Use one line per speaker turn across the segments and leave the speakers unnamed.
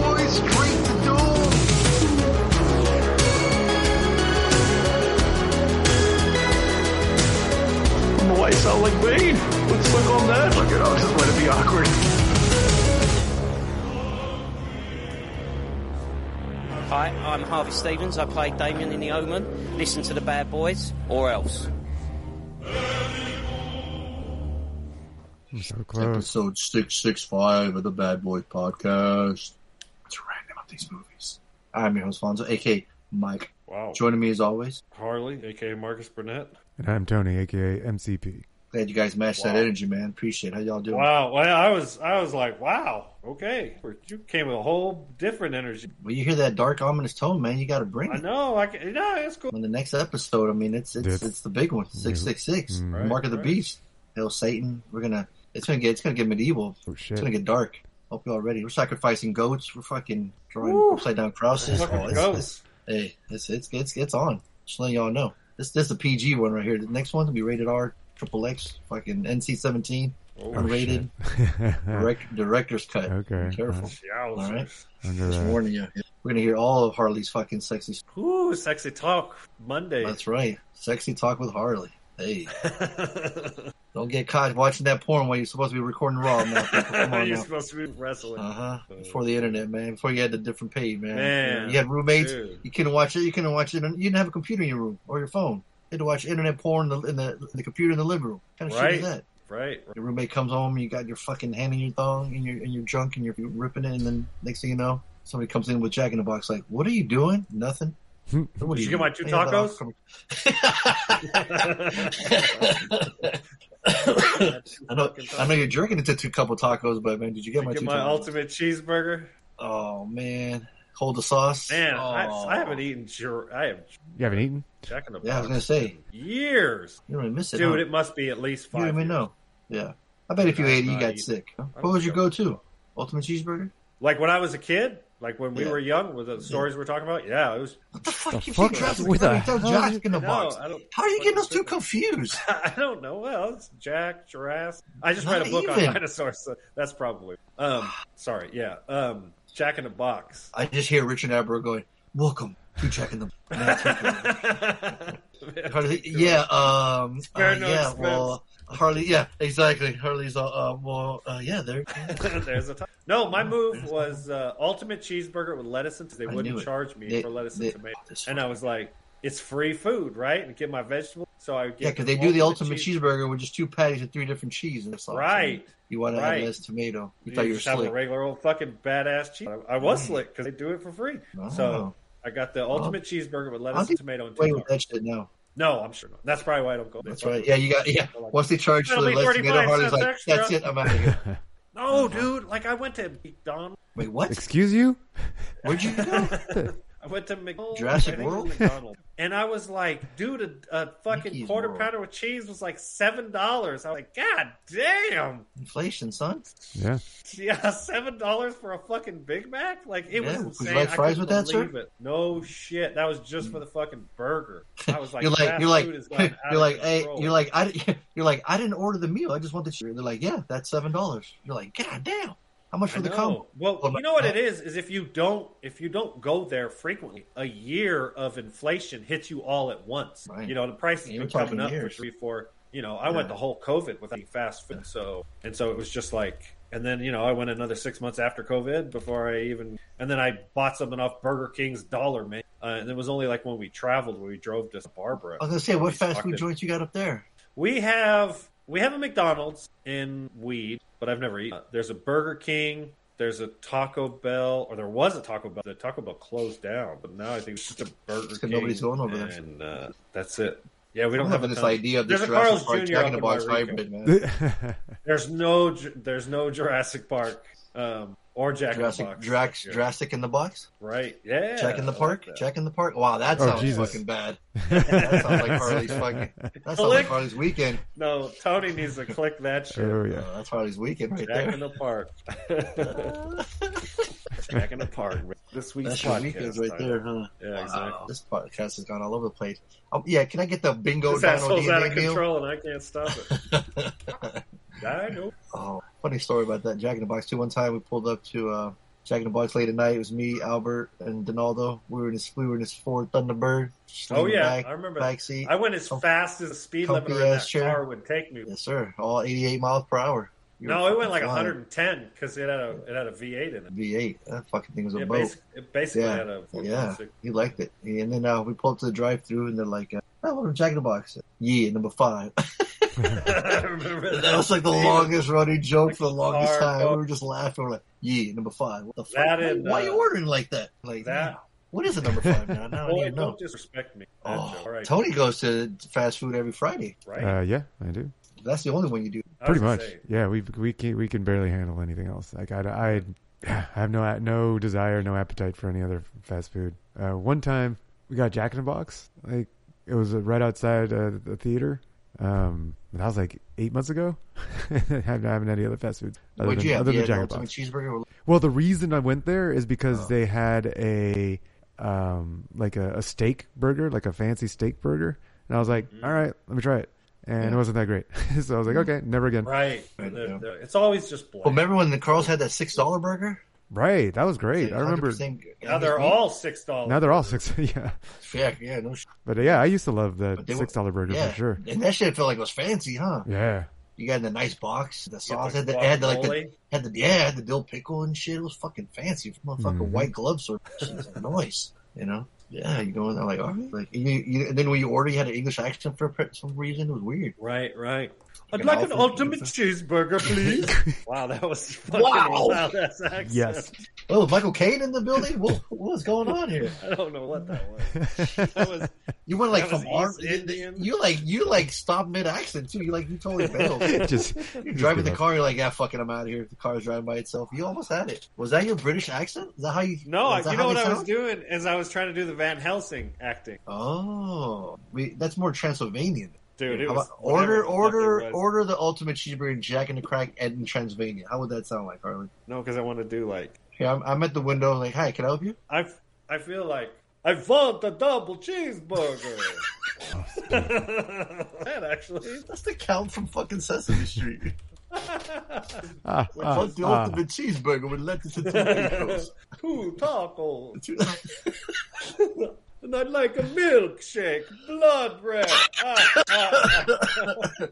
boys, straight to doom.
Boy, I sound like Bane. Let's look on that.
Look at I'll just let it be awkward.
Hi, I'm Harvey Stevens. I play Damien in The Omen. Listen to the bad boys, or else.
I'm so close.
Episode 665 of the Bad Boy Podcast.
It's random of these movies.
I'm your host, Fonzo, aka Mike.
Wow.
Joining me as always,
Harley, aka Marcus Burnett.
And I'm Tony, aka MCP.
glad you guys matched that energy, man. Appreciate it. How y'all doing?
Wow. Well, I was I was like, wow. Okay, you came with a whole different energy.
Well, you hear that dark, ominous tone, man. You got to bring
I
it.
know. I can. No, it's cool.
On the next episode, I mean, it's it's
That's-
it's the big one, six six six,
Right,
Mark of the
right.
Beast, Hail Satan. We're gonna it's gonna get it's gonna get medieval.
Oh
It's
shit.
gonna get dark. Hope y'all ready. We're sacrificing goats. We're fucking drawing
Woo.
upside down crosses.
Fucking
Oh, it's-
goats.
Hey, it's it's it's it's on. Just letting y'all know. This this is a PG one right here. The next one will be rated R, triple X, fucking NC seventeen,
Oh,
unrated,
shit.
direct, director's cut.
Okay,
Be careful.
Yowzers.
All right.
Under
Just
that.
warning you. We're gonna hear all of Harley's fucking sexy. s-
Ooh, sexy talk Monday.
That's right, sexy talk with Harley. Hey, don't get caught watching that porn while you're supposed to be recording raw. Now, people. come on
You're
now.
supposed to be wrestling.
Uh huh. Before the internet, man. Before you had the different page, man.
Man,
you had roommates.
dude.
You couldn't watch it. You couldn't watch it. on- You didn't have a computer in your room or your phone. You had to watch internet porn in the, in the, in the computer in the living room. What kind of shit
Right.
is that?
Right.
Your roommate comes home. You got your fucking hand in your thong and your and your junk and you're ripping it. And then next thing you know, somebody comes in with Jack in the Box. Like, what are you doing? Nothing. What are
Did you get my two
doing? Yeah, but I'll
tacos?
come- I know, I know you're jerking into two couple tacos, but man, did you get my
Get
two
my
tacos?
ultimate cheeseburger.
Oh man, hold the sauce.
Man,
Oh.
I, I haven't eaten. Jer- I have
You haven't eaten?
Jack in the
Yeah, I was
Box
gonna say
in years,
you don't even miss it,
dude.
huh?
It must be at least
you
five.
don't even
years.
know. Yeah, I bet if you
Nah,
ate it, you
nah,
got
you-
sick. huh?
I'm
What was your
joking.
go-to? Ultimate cheeseburger?
Like when I was a kid, like when we
Yeah.
were young, with the stories we're talking about. Yeah, it was.
What the fuck?
The
you
fuck?
keep traveling
Where the
between those
hell
Jack
is-
in the
No,
box.
I don't-
How are you getting those two
fucking-
confused?
I don't know. Well, it's Jack Jurassic. I just read
Not
a book
even.
on dinosaurs. So that's probably. Um, sorry. Yeah. Um, Jack in the Box.
I just hear Richard Attenborough going, "Welcome to Jack in the." Box." Harley, yeah, um, uh,
Spare no
yeah,
expense.
well, Harley, yeah, exactly. Harley's all, uh, well, uh, yeah, there.
There's a time. No, my move was uh, ultimate cheeseburger with lettuce and they
I knew
wouldn't
it.
charge me
They-
for lettuce
they-
and tomato.
this
And I was like, it's free food, right? And get my vegetables. So I would get
Yeah, because they do the ultimate cheeseburger with just two patties and three different cheese and sauce.
Right.
You want to
Right.
have less tomato. You
You
thought you were
just have a
slick.
regular old fucking badass cheese. I, I was
Mm.
slick because they do it for free.
No.
So I got the ultimate cheeseburger with
I'll
lettuce
get
and tomato and
Wait
two
with that shit now.
No, I'm sure not. That's probably why I don't go. there.
That's right. Yeah, you got yeah. Once they charge for
That'll
the
be
less tomato,
35
Harley's
cents
like,
extra.
that's it. I'm out of here.
No, dude. Like I went to McDonald's.
Wait, what?
Excuse you?
Where'd you go?
I went to McDonald's.
Jurassic
I think it was
World?
McDonald's. and I was like, dude, a, a fucking
Mickey's
quarter
World.
pounder with cheese was like seven dollars. I was like, God damn.
Inflation, son.
Yeah.
Yeah, seven dollars for a fucking Big Mac? Like it was
Yeah, would you
insane.
like
I
fries
couldn't
with that, sir?
believe it. No shit. That was just for the fucking burger. I was like,
you're like,
fast
you're like,
food has gotten out
you're
of
like, hey,
control.
you're like, I, di- you're like, I didn't order the meal. I just want the cheese. They're like, yeah, that's seven dollars. You're like, god damn, how much
I
for the
know.
combo?
Well,
Well,
you know what
I-
it is is if you don't if you don't go there frequently, a year of inflation hits you all at once.
Right.
You know the prices
You're
been coming
talking
up
years.
for three, four. You know, I went
Yeah.
the whole COVID without eating fast food, so and so it was just like. And then you know I went another six months after COVID before I even. And then I bought something off Burger King's Dollar Menu, uh, and it was only like when we traveled when we drove to Barbara.
I was gonna say, what
Somebody's
fast
fucking-
food joints you got up there?
we have we have a McDonald's in Weed, but I've never eaten. There's a Burger King. There's a Taco Bell, or there was a Taco Bell. The Taco Bell closed down, but now I think it's just a Burger
It's 'cause
King.
nobody's going over there.
and, Uh, that's it. Yeah, we
I'm
don't have a
loving this
ton.
idea of this
There's a
Jurassic
Carl's
Park
Jr.
Jack
up
in the
in
Box
Wairika.
hybrid, man.
There's no, Ju- there's no Jurassic Park. Um, or Jack in the
Jurassic,
Box.
Drax,
Yeah.
Jurassic in the box,
Right? Yeah.
Jack in the
I like
Park,
that.
Jack in the Park. Wow, that
Oh,
sounds
Jesus.
fucking bad. That sounds like Harley's fucking. That sounds like
Click.
Harley's weekend.
No, Tony needs to click that shit.
Oh
Uh,
yeah.
that's Harley's weekend right
Jack
there.
in the Park. Jack in the Park. This week's
That's your
podcast
weekends right
title.
there, huh?
Yeah, exactly.
This podcast has gone all over the place. Oh, yeah, can I get the bingo
This
Dino
asshole's out
DNA
of
meal?
control, and I can't stop it. I know.
Oh, funny story about that Jack in the Box too. One time we pulled up to uh, Jack in the Box late at night. It was me, Albert, and Donaldo. We were in this we were in this Ford Thunderbird.
Oh yeah,
back,
I remember.
back seat.
I went as fast as the speed limit
comfy
on that
ass chair.
car would take me.
Yes, sir. All 88 miles per hour. You
No,
were
it went like
fucking flying.
110 because it had a it had a V8 in it.
V8. That fucking thing was a
It,
boat.
basi- it basically
Yeah.
had a 4.6.
Yeah, he liked it. And then uh, we pulled up to the drive-through, and they're like, uh, "Oh, welcome to Jack in the Box." Yeah, number five.
I remember that.
That was like the longest running joke for the longest
Hard
time. We
dog.
were just laughing. We're like, yeah, number five. What the fuck?
That
Why-
and,
why
uh,
are you ordering like that? Like
that-
man, What is a number five now? Now I
Boy,
need to
don't
know.
disrespect me. That
Oh,
joke. All right,
Tony goes to fast food every Friday.
right?
Uh, yeah, I do.
That's the only one you do.
I was
Pretty much.
gonna say,
Yeah, we we can we can barely handle anything else. Like I, I, I have no no desire, no appetite for any other fast food. Uh, one time we got Jack in the Box. Like it was uh, right outside uh, the theater. Um, that was like eight months ago. I haven't I haven't had any other fast food other
What'd
than,
you have?
other
You
than
had
Jack
an
in the
ultimate
Box.
cheeseburger. or-
Well, the reason I went there is because they had a um like a, a steak burger, like a fancy steak burger, and I was like, all right, let me try it, and it wasn't that great, so I was like, okay, never again. Right,
Right.
Right,
They're-
yeah.
they're- it's always just
Well,
blank.
remember when the Carl's had that six dollar burger?
that was great. I remember.
100%
now they're all six dollars.
Now they're all six, yeah.
yeah, yeah, no shit.
But uh, yeah, I used to love the
But they were-
six dollar burger
yeah.
for sure.
And that shit felt like it was fancy, huh?
Yeah,
You got in a nice box. The sauce
like
had the, it had the, like the
guacamole.
had the yeah, it had the dill pickle and shit. It was fucking fancy. Motherfucking
Mhm.
white glove service. It was like, nice, you know. Yeah, you go in there like, all right. Like, you, you, and then when you order, you had an English accent for pre- some reason. It was weird.
Right, right.
Like
I'd
an
like an
Alfred
ultimate
pizza.
cheeseburger, please. wow, that was fucking
Wow.
wild. That's accent.
yes.
Oh, Michael Caine in the building. what, what's going on here?
I don't know what that was. That was
You went like
That was
from Ar-
East Indian.
You like you like stopped mid accent too. You like you totally failed.
just
You're
just
driving
give
the
up.
car, you're like, yeah, fucking, I'm out of here. The car's driving by itself. You almost had it. Was that your British accent? Is that how you?
no. I-
is that
You
how
know what
they
I was
sound?
doing is I was trying to do the Van Helsing acting,
Oh, we, that's more Transylvanian.
dude. It
How
was
about order,
whatever the fuck
order,
it was.
order the ultimate cheeseburger and Jack and the Crack and in Transylvania. How would that sound like, Harlan?
No, because I want to do like
Yeah, I'm, I'm at the window. Like, hi, can I help you?
I. f- I feel like I want a double cheeseburger. that actually.
That's the count from fucking Sesame Street.
Ah,
We
ah,
want the
ah.
ultimate cheeseburger with lettuce and tomatoes.
Two tacos,
Two-
and I'd like a milkshake, blood red. Ah, ah, ah.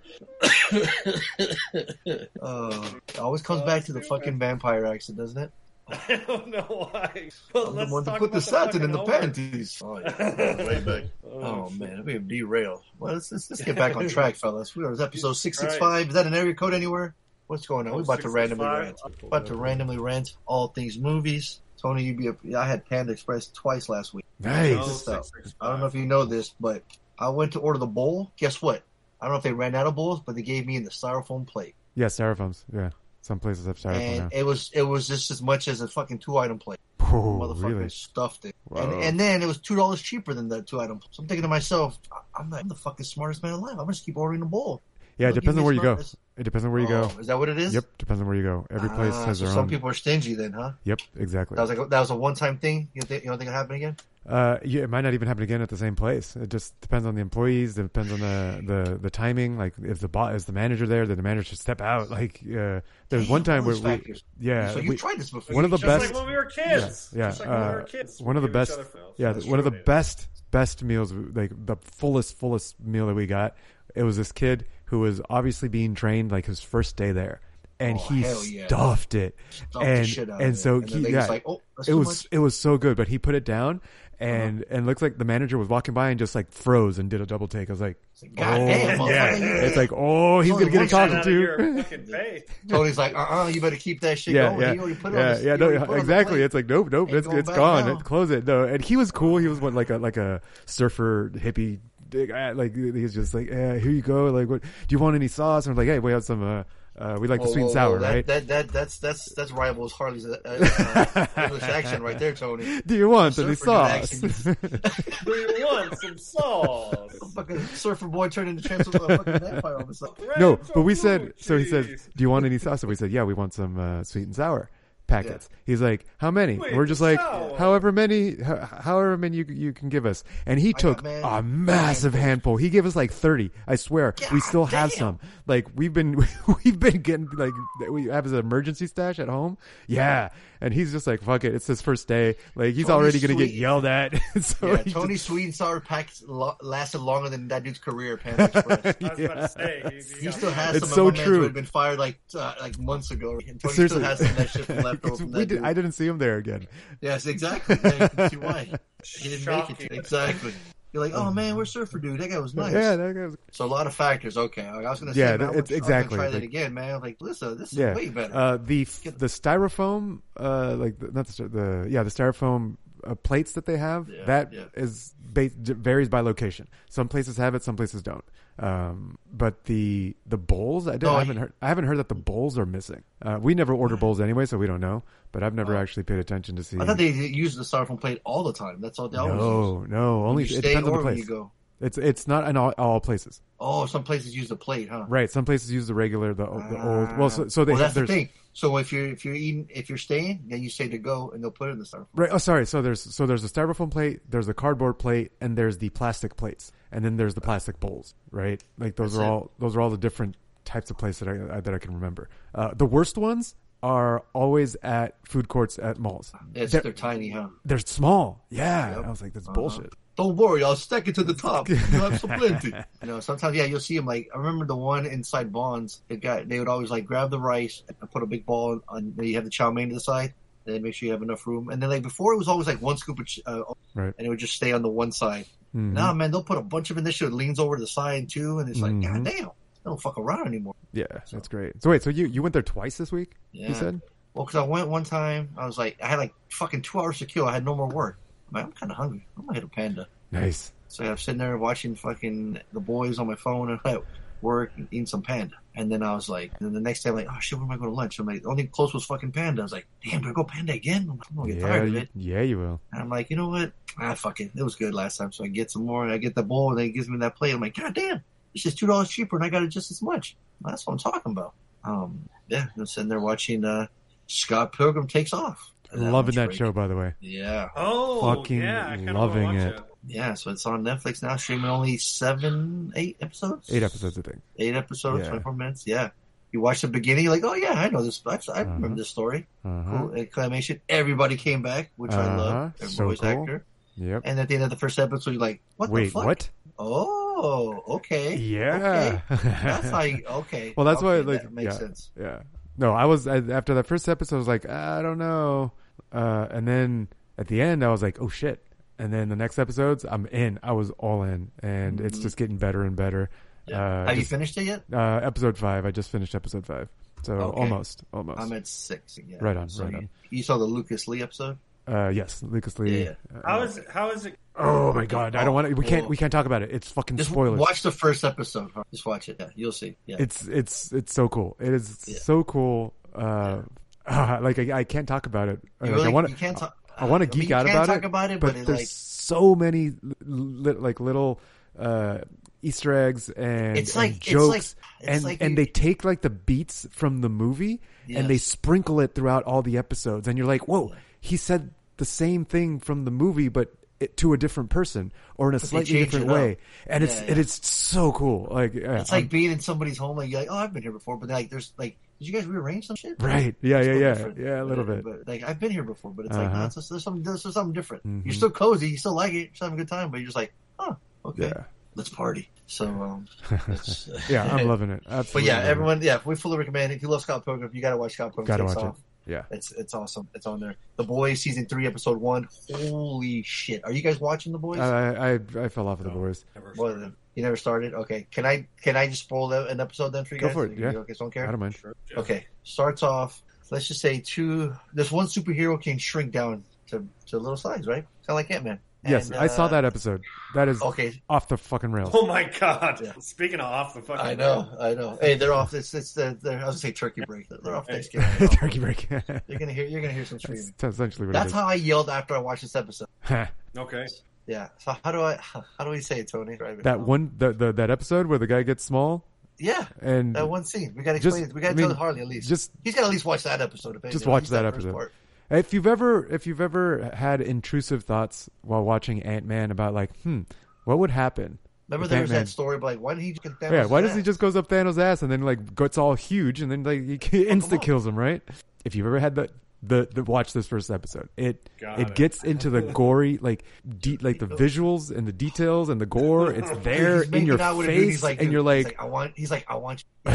oh, it always comes back to the fucking vampire accent, doesn't it?
I don't know why. But
I'm the
let's
one to
talk
put the
about
satin in the
fucking homework.
panties. Oh, yeah. Way back. Oh man, we have derailed. Well, let's, let's let's get back on track, fellas. We are it's episode six six five. Is that an area code anywhere? What's going on?
Oh,
We're about to randomly
665.
rant. About to randomly rant all things movies. Tony, you be a, I had Panda Express twice last week.
Oh,
ah. nice.
Just out.
665.
I don't know if you know this, but I went to order the bowl. Guess what? I don't know if they ran out of bowls, but they gave me in the styrofoam plate,
Yeah, styrofoams. Yeah, some places have styrofoam now.
and it was it was just as much as a fucking two item plate.
Oh,
motherfucker
really?
stuffed it.
Wow.
And, and then it was two dollars cheaper than that two item. So I'm thinking to myself, I- I'm, the, I'm the fucking smartest man alive. I'm gonna just keep ordering the bowl.
Yeah, it
They'll
depends on
give me
where you go.
smartest-
It depends on where you
Oh,
go.
Is that what it is?
Yep, depends on where you go. Every place
Ah,
has
so
their
some
own.
people are stingy then, huh?
Yep, exactly.
That was like a, that was a one time thing. You don't think, you don't think it'll happen again?
Uh, yeah, it might not even happen again at the same place. It just depends on the employees. It depends on the, the, the timing. Like if the bot is the manager there, then the manager should step out. Like uh, there's
Damn,
one time
all
where
these
we,
factors.
yeah,
so you
we-
tried this before.
one of the
Just
best.
like when we were kids.
Yeah,
Just like
yeah,
when we
uh,
were kids.
one of the
We gave each
best.
other films.
Yeah,
That's
one of the
true.
best best meals. Like the fullest fullest meal that we got. It was this kid who was obviously being trained like his first day there, and
Oh,
he
hell yeah.
stuffed it,
Dumped the
and
shit out of
and
it.
so
the
he,
lady's
yeah,
like, oh, that's
it
too
was
much. Uh-huh.
it was so good, but he put it down and and looks like the manager was walking by and just like froze and did a double take. I was like,
God
oh,
damn, motherfucker.
yeah, it's like oh, he's
Only
gonna get
one
a
shot
Out
talking
of your
to.
fucking face.
Tony's like, uh, uh you better keep that shit
Yeah,
going.
yeah,
You already put it on
yeah,
this-
yeah.
you already put it
No,
on the
exactly.
plate.
It's like nope, nope.
Ain't
It's
going
it's
back
gone.
now.
Close it. No, and he was cool. He was one like a like a surfer hippie. Dig, ah, like he was just like, eh, here you go. Like, what do you want? Any sauce? And I'm like, hey, we have some. Uh, Uh, we like the
Whoa,
sweet and
whoa,
sour,
whoa. Oh, That-
right?
That, that that's that's that's rivals Harley's uh, uh, English action right there, Tony.
Do you want any
Surfer dude
sauce?
Do you want some sauce?
Fucking surfer boy turned into Transylvania fucking vampire all of a sudden.
no,
Ranch
but we
of
said.
blue
So he
cheese.
says, "Do you want any sauce?" And we said, "Yeah, we want some uh, sweet and sour packets." He's like, "How many?"
Sweet
And we're just
and
like,
sour.
"However many, ho- however many you you can give us." And he took
man-
a massive handful. He gave us like thirty. I swear, we still have some. Like we've been we've been getting like that we have as an emergency stash at home. Yeah, and he's just like, "Fuck it, it's his first day." Like he's
Tony's
already gonna get
sweet.
yelled at. so
Yeah,
he just-
Tony's sweet and sour packs lo- lasted longer than that dude's career. at Panda Express.
I was about to say, you- you
He
got-
still has
It's
some.
so
of my mans who
true.
Had been fired like uh, like months ago. And Tony
Seriously.
still has some of that shit from left over.
It's-
From
we
that
did,
dude.
I didn't see him there again.
Yes, exactly. Yeah, you can see why he didn't make
Shocking.
it. Exactly. You're like, oh man, we're surfer dude. That guy was nice.
Um, Yeah, that guy was
So a lot of factors. Okay, I was gonna say,
Yeah,
man, I
it's-
want- I was gonna
exactly,
Try that
like-
again, man. I'm like, listen, this is
yeah.
way better.
Uh, the f- the styrofoam, uh, like the, not the, styro- the yeah the styrofoam uh, plates that they have
Yeah,
that
yeah.
is ba- d varies by location. Some places have it, some places don't. Um, but the the bowls, I, don't-
No,
I
I-
haven't heard. I haven't heard that the bowls are missing. Uh, we never order bowls anyway, so we don't know. But I've never actually paid attention to see.
Oh. I thought they used the styrofoam plate all the time. That's all they always
no, no, only
use. You
it
stay
depends on
or
the
when you
place.
go.
It's it's not in all, all places,
Oh, some places use the plate, huh?
right? Some places use the regular, the, the old. Well, so, so they
Well, that's the
there's
thing. So if you're if you're eating if you're staying, then you say to go, and they'll put it in the styrofoam.
Right. Oh, sorry. So there's so there's a styrofoam plate, there's a cardboard plate, and there's the plastic plates, and then there's the plastic bowls. Right. Like those are
Uh. it.
all those are all the different types of plates that I, I that I can remember. Uh, the worst ones are always at food courts at malls.
Ah, It's, Uh-huh.
They're,
they're tiny, huh?
they're small. Yeah. And I was like, that's bullshit.
Don't worry, I'll stack it to the top. You'll have some plenty. You know, sometimes yeah, you'll see them. Like I remember the one inside Bonds. The guy they would always like grab the rice and put a big ball on. on then you have the chow mein to the side. Then make sure you have enough room. And then like before, it was always like one scoop of ch- uh,
Right. Mm-hmm.
and it would just stay on the one side. Now, man, they'll put a bunch of it. This shit leans over to the side too, and it's like,
Mhm.
god damn, they don't fuck around anymore.
Yeah, that's great. So wait, so you you went there twice this week?
Yeah.
You said.
Well, because I went one time, I was like, I had like fucking two hours to kill. I had no more work. I'm like, I'm kind of hungry. I'm gonna hit a panda.
Nice.
So I'm sitting there watching fucking the boys on my phone and at work and eating some panda. And then I was like, and then the next day I'm like, oh shit, where am I going to lunch? I'm like, the only close was fucking panda. I was like, damn, do I go panda again? I'm, like, I'm gonna get
Yeah.
Oh, tired of
You,
it.
yeah, you will.
And I'm like, you know what? Ah, fuck it. It was good last time. So I get some more and I get the bowl and they gives me that plate. I'm like, god damn, it's just two dollars cheaper and I got it just as much. That's what I'm talking about. Um, yeah, I'm sitting there watching uh, Scott Pilgrim takes off.
Loving that
lunch break.
show, by the way.
Yeah.
Oh,
Fucking
yeah, I kinda wanna
loving
watch
it.
Yeah, so it's on Netflix now, streaming only seven, eight episodes.
Eight episodes, I think.
Eight episodes,
Yeah.
24 minutes. Yeah. You watch the beginning, you're like, oh, yeah, I know this. I, I remember
Uh-huh.
this story.
Uh-huh.
Cool. Acclamation. Everybody came back, which I
Uh-huh.
love. Every
So
voice
cool.
actor.
Yep.
And at the end of the first episode, you're like, what the
Wait,
fuck?
what?
Oh, okay.
Yeah.
Okay. That's how you, okay.
Well, that's why,
Okay,
like,
that makes
yeah.
sense.
Yeah. No, I was I, after that first episode. I was like, "Ah, I don't know. Uh, and then at the end, I was like, oh shit. And then the next episodes, I'm in. I was all in, and it's just getting better and better. Uh,
Have Mm-hmm. you
just-
finished it yet?
uh, episode five. I just finished episode five, so
Okay.
almost, almost.
I'm at six. Yeah.
Right on,
So
right
you,
on.
You saw the Lucas Lee episode?
uh, yes, Lucas Lee.
Yeah.
Uh,
How is how is it?
oh my god, I don't want to. We can't.
Oh.
We can't talk about it. It's fucking
Just
spoilers.
watch the first episode. Huh? Just watch it. Yeah, you'll see. Yeah.
it's it's it's so cool. It is
Yeah.
so cool. Uh, like I, I can't talk about it.
You
Like,
really-
I want
you can't talk-
I want to
I mean,
geek
you
out
can't
about,
talk
it,
about it,
but,
but it,
there's
like-
so many li- like little uh, Easter eggs and,
It's like-
and
it's like-
jokes,
it's
and
like
and
you-
they take like the beats from the movie and they
Yes.
sprinkle it throughout all the episodes, and you're like, whoa, he said the same thing from the movie, but. It, to a different person or in a slightly
changed
different
it up.
way, and it's
Yeah, yeah.
it is so cool. Like yeah,
It's like
I'm-
being in somebody's home, like you're like, oh, I've been here before, but like, there's like, did you guys rearrange some shit?
Right. Yeah,
It's
yeah,
still
yeah.
different.
Yeah, a little bit.
But- But like, I've been here before, but it's like,
Uh-huh. Mm-hmm.
no, it's just, there's something, there's something different. You're still cozy, you still like it, you're still having a good time, but you're just like, oh, okay,
Yeah.
let's party. So, um, it's-
Yeah, I'm loving it.
but
Absolutely.
yeah,
loving it.
everyone, yeah, we fully recommend. it. If you love Scott Pilgrim, you got to watch Scott Pilgrim.
gotta
Takes
watch
Off.
it. Yeah.
It's it's awesome. It's on there. The Boys season three, episode one. Holy shit! Are you guys watching The Boys?
I, I I fell off of the boys.
One of them. You never started. Okay. Can I can I just spoil the- an episode then for you
Go
guys?
for it,
You
yeah.
guys don't
I
care.
don't mind.
Okay. Starts off. Let's just say two. This one superhero can shrink down to to little size, right? Kind of like Ant Man.
Yes,
And,
I saw
uh,
that episode. That is
Okay.
off the fucking rails.
Oh my god!
Yeah.
Speaking of off the fucking,
I know, I know. Hey, they're off. It's it's the they're, I was gonna say turkey break. They're off
Hey.
Thanksgiving.
Turkey break.
You're gonna hear you're gonna hear some
That's
screaming.
essentially what
That's
it
how I yelled after I watched this episode.
is.
Okay,
Yeah. So how do I how do we say it, Tony? Right
that one, the, the, that episode where the guy gets small
Yeah.
and
That one scene. We gotta
Just-
explain it. We gotta
I mean,
tell Harley at least.
just-
he's gotta at least watch that episode. if
just
anything, at
watch
least
that
first
episode.
part.
If you've ever if you've ever had intrusive thoughts while watching Ant Man about like, hmm, what would happen?
Remember
if
there was
Ant-Man-
that story about like why didn't he just
Yeah, why does he just goes up Thanos' ass and then like gets all huge and then like he insta kills him, right? If you've ever had the the, the watch this first episode, it
Got
it
it.
gets into the gory like de- like the visuals and the details and the gore. It's there in your face, and you're like,
I want. He's like, "Oh, I want. You.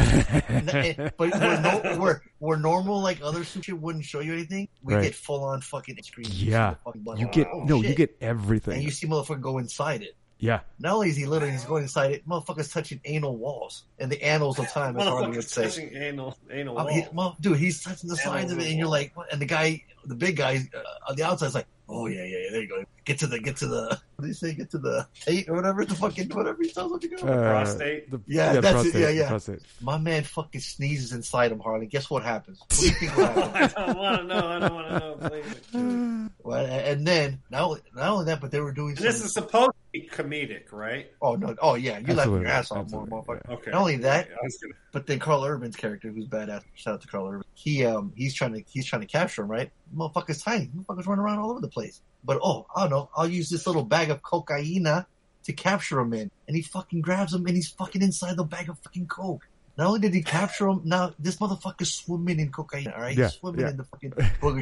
And- and- but we're, no, we're we're normal like other sushi wouldn't show you anything. We
Right.
get full on fucking screen.
Yeah. you get no, you get
Oh, and
everything.
you see motherfucker go inside it.
yeah,
Not only is he literally he's going inside it, motherfucker's touching anal walls and the annals of time. As Harley would
motherfucker's
say.
touching anal anal
I
wall.
mean, he- well, dude, he's touching the sides of it, and you're like, what? and the guy, the big guy uh, on the outside's like, oh yeah, yeah, yeah, there you go. Get to the, get to the, what do you say? Get to the eight or whatever the fucking whatever he tells him to go.
Uh,
prostate.
the-
Yeah, that's it. Yeah,
the
yeah.
prostate.
My man fucking sneezes inside him, Harley. Guess what happens? What do you think will happen?
I don't want to know. I don't want to know. Please.
well, and then not only, not only that, but they were doing some,
This is supposed to be comedic, right?
oh no, oh yeah, you laughed
Absolutely,
your ass off, more,
absolutely,
motherfucker.
yeah.
Okay.
Not only that,
I was gonna-
But then Carl Urban's character, who's badass, shout out to Carl Urban. He um he's trying to he's trying to capture him, right? Motherfucker's tiny, motherfuckers running around all over the place. But oh, I don't know, I'll use this little bag of cocaina to capture him in. And he fucking grabs him and he's fucking inside the bag of fucking coke. Not only did he capture him, now this motherfucker's swimming in cocaine, all right?
Yeah,
he's swimming
yeah.
in the fucking booger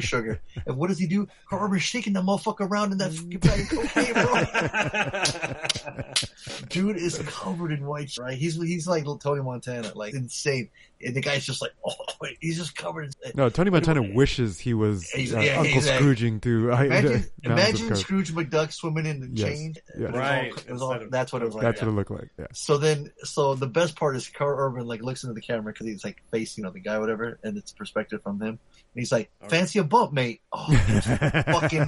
sugar. And what does he do? Carl Urban's shaking the motherfucker around in that fucking bag of cocaine, bro. dude is covered in white, right? He's he's like little Tony Montana, like insane. And the guy's just like, oh, wait, he's just covered. In,
No, Tony Montana wishes he was
He's-
uh,
yeah,
Uncle
he's a-
Scrooging through. I-
imagine
mountains of
imagine
coke.
Scrooge McDuck swimming in the
Yes,
change.
yes.
Right,
It was all,
instead of-
that's what it was like.
That's
yeah.
what it looked like. Yeah.
So then, so the best part is Carl Urban like looks into the camera because he's like facing you know the guy, whatever, and it's perspective from him. And he's like, "Fancy a bump, mate." Oh, it's fucking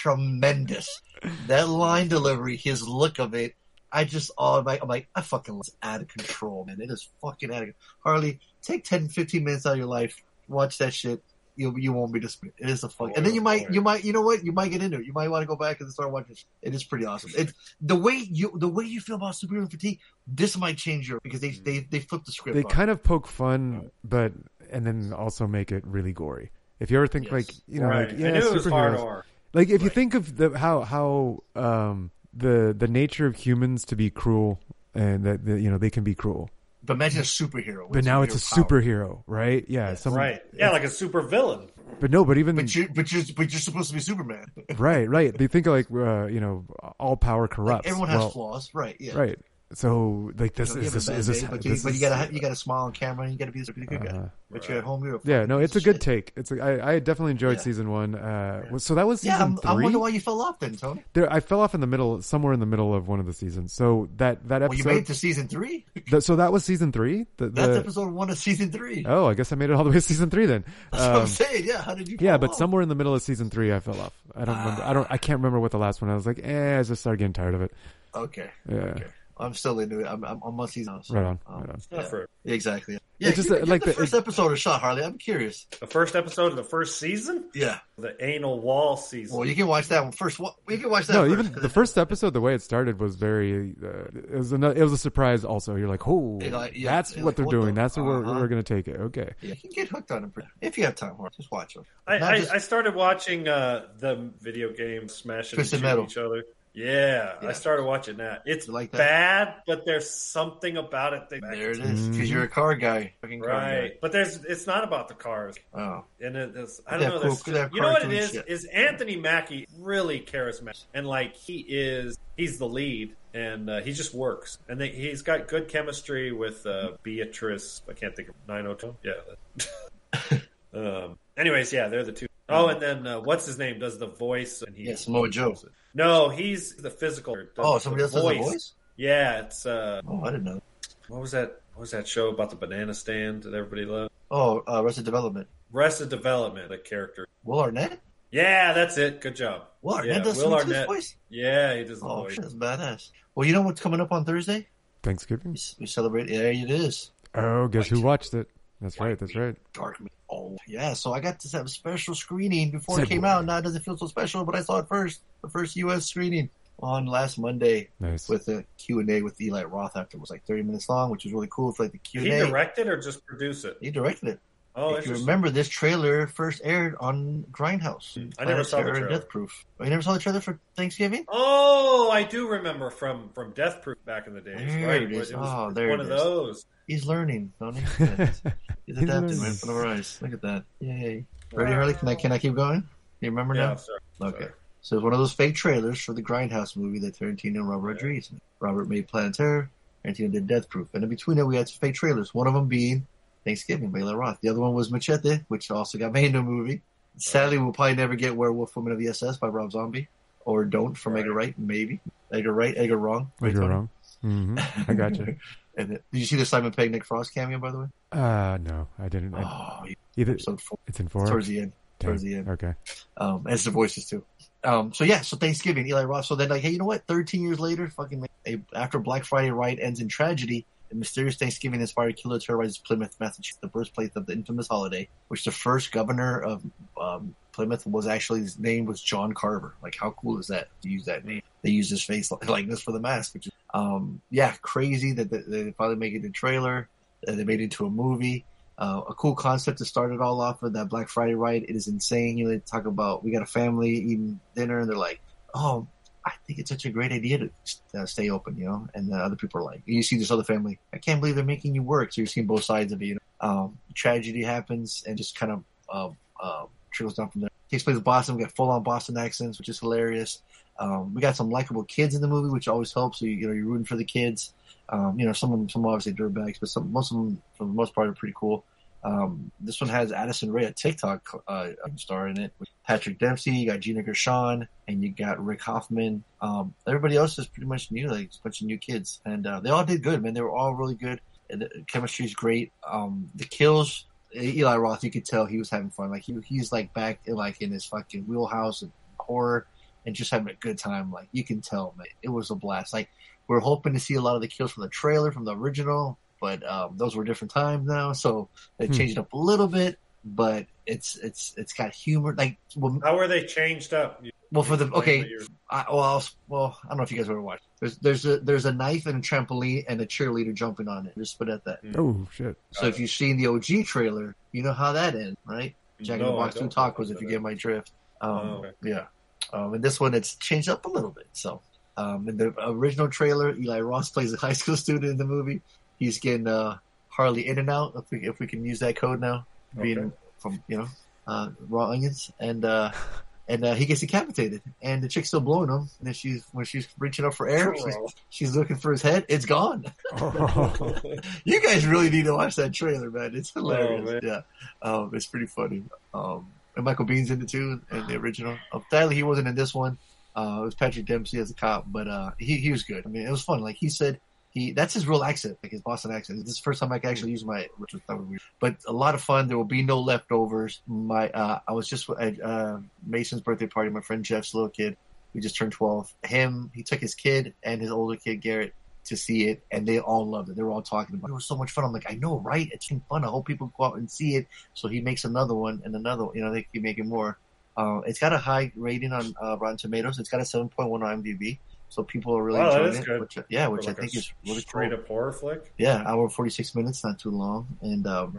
tremendous. That line delivery, his look of it, I just all I'm like, I'm like, I fucking it's out of control, man. It is fucking out of control. Harley, take 10, 15 minutes out of your life, watch that shit. You you won't be disappointed. It is a fuck, and then you might you might you know what you might get into it. You might want to go back and start watching. It It is pretty awesome. It the way you the way you feel about superhero fatigue. This might change your because they they they flip the script.
They
on it.
kind of poke fun, but and then also make it really gory. If you ever think
Yes.
like you know,
right.
like
I
yeah,
knew it was hard
superheroes.
R.
Like if you think of the how how um the the nature of humans to be cruel and that that, you know they can be cruel,
But imagine a superhero.
but
with
now it's a
power.
superhero, right? Yeah, some,
Right. Yeah, like a super villain.
But no, but even
But you but you're but you're supposed to be Superman.
right, right. They think like uh, you know all power corrupts.
Everyone has
Well,
flaws, right? Yeah.
right? So like this
You
is
have a
this
bad
is this,
day, but, you,
this
but you
is- Uh-huh.
gotta you gotta smile on camera and you gotta be a pretty good guy. But you're at home, you're a
Yeah,
fucking
no,
piece
it's a
of
good
shit.
take. It's a, I, I definitely enjoyed
Yeah.
season one. Uh, was- So that was
Yeah,
season
I'm, I
three.
wonder why you fell off then, Tony.
there, I fell off in the middle, somewhere in the middle of one of the seasons. So that that
Well, you
episode.
made it to season three.
th- so that was season three. The,
That's
the-
episode one of season three.
Uh, Oh, I guess I made it all the way to season three then.
That's what I'm
Um,
saying. Yeah, how did you?
yeah,
fall
but
off?
somewhere in the middle of season three, I fell off. I don't remember. I don't. I can't remember what the last one. I was like, eh, I just started getting tired of it.
Okay,
Yeah,
I'm still into it. I'm, I'm I'm on season. So,
right on,
um,
right on.
Not
Yeah.
for-
Exactly. Yeah,
just,
just
uh, like
like the,
the-
first episode of Shot Harley. I'm curious.
The first episode of the first season?
Yeah.
The anal wall season.
Well, you can watch that one first. What you can watch that.
No,
first,
even
'cause
the
it-
first episode, the way it started was very. Uh, it was another, It was a surprise. Also, you're like, oh,
You're like, yeah,
that's
you're
what
like,
they're
what the-
doing. that's where we're,
uh-huh.
we're going to take it. Okay.
Yeah, you can get hooked on it if you have time. Harley. Just watch it.
I,
Not
I,
just-
I started watching uh, the video game smashing and
Twisted
shooting
Metal.
each other. Yeah,
Yeah.
I started watching that. It's
You like that?
bad, but there's something about it. That,
There it is. Because
Mm.
you're a car guy. Fucking car
Right, but there's it's not about the cars,
guy. Oh.
and it is, I
Could
don't
have
know.
cool-
That's
could have
you know what it
cartoon
is?
shit.
Is Anthony Mackie really charismatic, and like he is, he's the lead, and uh, he just works, and they, he's got good chemistry with uh, Beatrice. I can't think of nine oh two. Yeah. um. Anyways, yeah, they're the two. Oh, and then uh, what's his name does the voice? And he
Yeah, Samoa Joe.
No, he's the physical. does
Oh, somebody else has a voice?
Yeah, it's uh,
Oh, I didn't know.
what was that? What was that show about the banana stand that everybody loved?
Oh, uh, Arrested Development.
Rest of Development, a character.
Will Arnett?
Yeah, that's it. Good job.
What?
Yeah,
Arnett does
Will
Will
Arnett.
voice?
Yeah, he does the
Oh,
voice.
shit, that's badass. Well, you know what's coming up on Thursday?
Thanksgiving.
We, c- we celebrate. There it is.
Oh, guess who watched it? That's right. That's right.
Dark Meat. Oh, yeah. So I got to have a special screening before it
Said
came
what?
out. Now it doesn't feel so special, but I saw it first. The first U.S. screening on last Monday
Nice.
with a Q&A with Eli Roth after it was like 30 minutes long, which was really cool for like the Q&A.
Did he direct it or just produce it?
He directed it.
Oh,
if you
interesting.
remember, this trailer first aired on Grindhouse.
Mm, I never
Planet
saw the
Terror and
trailer.
Death Proof. Oh, you never saw the trailer for Thanksgiving?
Oh, I do remember from from Death Proof back in the days.
There
right,
it is.
was
Oh, there
one
it
of
is.
those.
He's learning, Tony. He's
He's
adapting
learning.
right in front of our eyes. Look at that. Yay. Ready, Harley? Can I, can I keep going? You remember
Yeah,
now?
sorry.
Okay.
Sorry.
So it's one of those fake trailers for the Grindhouse movie that Tarantino and Robert Rodriguez made. Robert made Planet Terror, Tarantino did Death Proof. And in between that, we had some fake trailers. One of them being Thanksgiving by Eli Roth. The other one was Machete, which also got made into a movie. Sadly, we'll probably never get Werewolf Woman of the SS by Rob Zombie. Or Don't from Edgar Wright, maybe. Edgar Wright, Edgar Wrong.
Like you're wrong. hmm I got you.
And then- did you see the Simon Pegg Nick Frost cameo, by the way?
Uh, no, I didn't. I-
Oh,
either
episode four.
it's in four.
Towards the end. Towards the end.
Okay.
Um, as the voices too. Um, so yeah, so Thanksgiving, Eli Roth. So then, like, hey, you know what? Thirteen years later, fucking like, a, after Black Friday riot ends in tragedy, the mysterious Thanksgiving inspired killer terrorizes Plymouth, Massachusetts, the birthplace of the infamous holiday, which the first governor of um, Plymouth was actually his name was John Carver. Like, how cool is that? To use that name, they used his face li- likeness for the mask, which is um, yeah, crazy that that- that they finally make it a trailer. that They made it into a movie uh, a cool concept to start it all off with that Black Friday riot. It is insane. You know, they talk about we got a family eating dinner, and they're like, "Oh, I think it's such a great idea to uh, stay open," you know. And the other people are like, "You see this other family? I can't believe they're making you work." So you're seeing both sides of it. You know? um, tragedy happens, and just kind of uh, uh, trickles down from there. Takes place in Boston. We got full on Boston accents, which is hilarious. Um, we got some likable kids in the movie, which always helps. So you, you know, you're rooting for the kids. Um, you know, some of them, some obviously dirtbags, but some, most of them, for the most part, are pretty cool. Um, this one has Addison Ray, a TikTok uh, star in it. With Patrick Dempsey, you got Gina Gershon, and you got Rick Hoffman. Um, everybody else is pretty much new, like it's a bunch of new kids, and uh, they all did good, man. They were all really good. And the chemistry's great. Um, the kills, Eli Roth, you could tell he was having fun. Like he, he's like back, in, like in his fucking wheelhouse and horror, and just having a good time. Like you can tell, man, it was a blast. Like we're hoping to see a lot of the kills from the trailer, from the original, but um, those were different times now, so. They
Hmm.
changed up a little bit, but it's it's it's got humor. Like well,
How were they changed up? You-
well for the
you
okay,
explained that
I, well, I'll, well, I don't know if you guys ever watched. There's there's a there's a knife and a trampoline and a cheerleader jumping on it. Just put it at that.
Oh shit.
So if you've seen the OG trailer, you know how that ends, right?
you're-
Jack
No,
in the
I
Box Two
don't
tacos.
know
If you
that.
get my drift, um,
Oh, okay.
yeah. Um, and this one, it's changed up a little bit. So um, in the original trailer, Eli Ross plays a high school student in the movie. He's getting uh, Harley in and out. If we if we can use that code now, being
Okay.
from you know uh, raw onions, and uh, and uh, he gets decapitated, and the chick's still blowing him. And then she's when she's reaching up for air, she's, she's looking for his head. It's gone.
Oh.
You guys really need to watch that trailer, man. It's hilarious.
man.
Yeah, um, it's pretty funny. Um, and Michael Bean's in it too, in the original. Um, sadly, he wasn't in this one. Uh, it was Patrick Dempsey as a cop, but uh, he he was good. I mean, it was fun. Like he said, he that's his real accent, like his Boston accent. This is the first time I could actually use my, which was kind of weird. But a lot of fun. There will be no leftovers. My uh, I was just at uh, Mason's birthday party. My friend Jeff's little kid, who just turned twelve. Him, he took his kid and his older kid Garrett to see it, and they all loved it. They were all talking about it. It was so much fun. I'm like, I know, right? It's been fun. I hope people go out and see it. So he makes another one and another one. You know, they keep making more. Uh, it's got a high rating on uh, Rotten Tomatoes. It's got a 7.1 on IMDb. So people are really
Wow, that
enjoying
is
it.
good.
Which, yeah,
For
which
like
I
a
think is really
straight
cool.
up horror flick.
Yeah, hour forty six minutes, not too long, and um,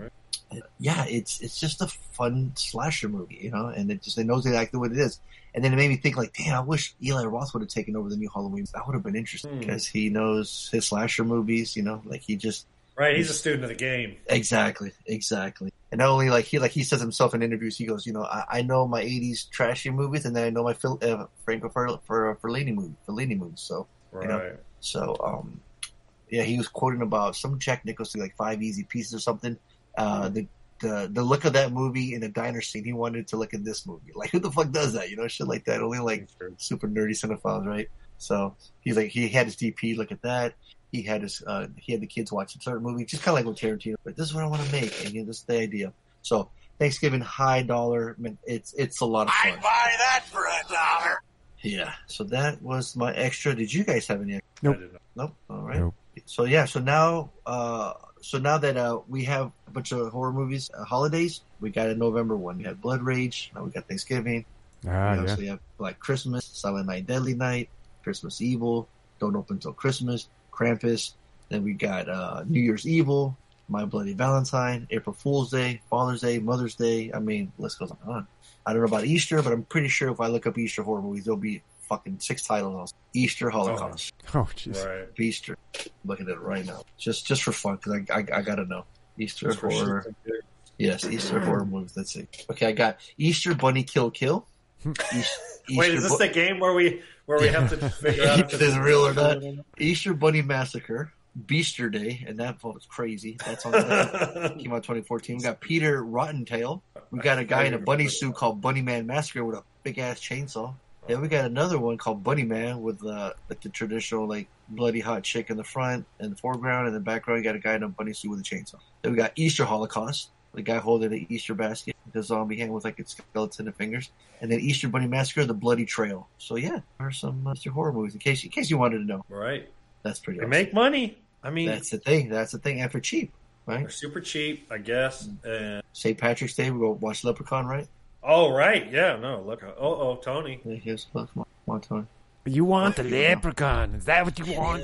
Right.
yeah, it's it's just a fun slasher movie, you know, and it just it knows exactly what it is. And then it made me think, like, damn, I wish Eli Roth would have taken over the new Halloween. That would have been interesting
Hmm.
because he knows his slasher movies, you know, like he just
Right, he's a student of the game.
Exactly, exactly. And not only like he like he says himself in interviews, he goes, you know, I, I know my '80s trashy movies, and then I know my Phil, uh, Franco for for Ferlini movie, Fellini movies. So,
Right.
know, so um, yeah, he was quoting about some Jack Nicholson like Five Easy Pieces or something. Uh, the the the look of that movie in the diner scene, he wanted to look in this movie. Like, who the fuck does that? You know, shit like that. Only like super nerdy cinephiles, right? So he's like, he had his DP look at that. He had his, uh, he had the kids watch a certain movie, just kind of like with Tarantino. But this is what I want to make, and you know, this is the idea. So Thanksgiving high dollar, I mean, it's it's a lot of fun.
Buy that for a dollar.
Yeah. So that was my extra. Did you guys have any? extra?
Nope.
I did not.
Nope. All right.
Nope.
So yeah. So now, uh, so now that uh, we have a bunch of horror movies, uh, holidays. We got a November one. We had Blood Rage. Now we got Thanksgiving.
Ah,
we
yeah.
obviously have Black Christmas, Silent Night, Deadly Night, Christmas Evil, Don't Open Till Christmas, Krampus. Then we got uh, New Year's Evil, My Bloody Valentine, April Fool's Day, Father's Day, Mother's Day. I mean, list goes on. I don't know about Easter, but I'm pretty sure if I look up Easter horror movies, there'll be fucking six titles. on Easter Holocaust,
Oh, jeez.
Right.
Easter. I'm looking at it right now, just just for fun, because I, I I gotta know Easter
Just for shits
horror.
and giggles.
Yes, Easter horror movies. That's it. Okay, I got Easter Bunny Kill Kill. Eas-
Wait,
Easter
is this
Bu-
the game where we where we have to figure out if
If it's real or not. Easter Bunny Massacre, Beaster Day, and that was crazy. That's on that came out 2014. We got Peter Rottentail. We got a guy in a bunny suit called Bunny Man Massacre with a big ass chainsaw. Then we got another one called Bunny Man with uh, like the traditional like bloody hot chick in the front and the foreground, and in the background you got a guy in a bunny suit with a chainsaw. Then we got Easter Holocaust, the guy holding an Easter basket, the zombie hand with like its skeleton and fingers, and then Easter Bunny Massacre, the bloody trail. So yeah, there are some uh, Easter horror movies in case in case you wanted to know.
right.
That's pretty.
They
Awesome.
make money. I mean,
That's the thing. That's the thing, and for cheap, right?
they're super cheap, I guess. And
St. Patrick's Day, we go watch Leprechaun, right?
oh, right, yeah, no, look, oh, oh, Tony,
Yeah, Here's look, come on, come on, Tony.
You want the leprechaun? Is that what you want?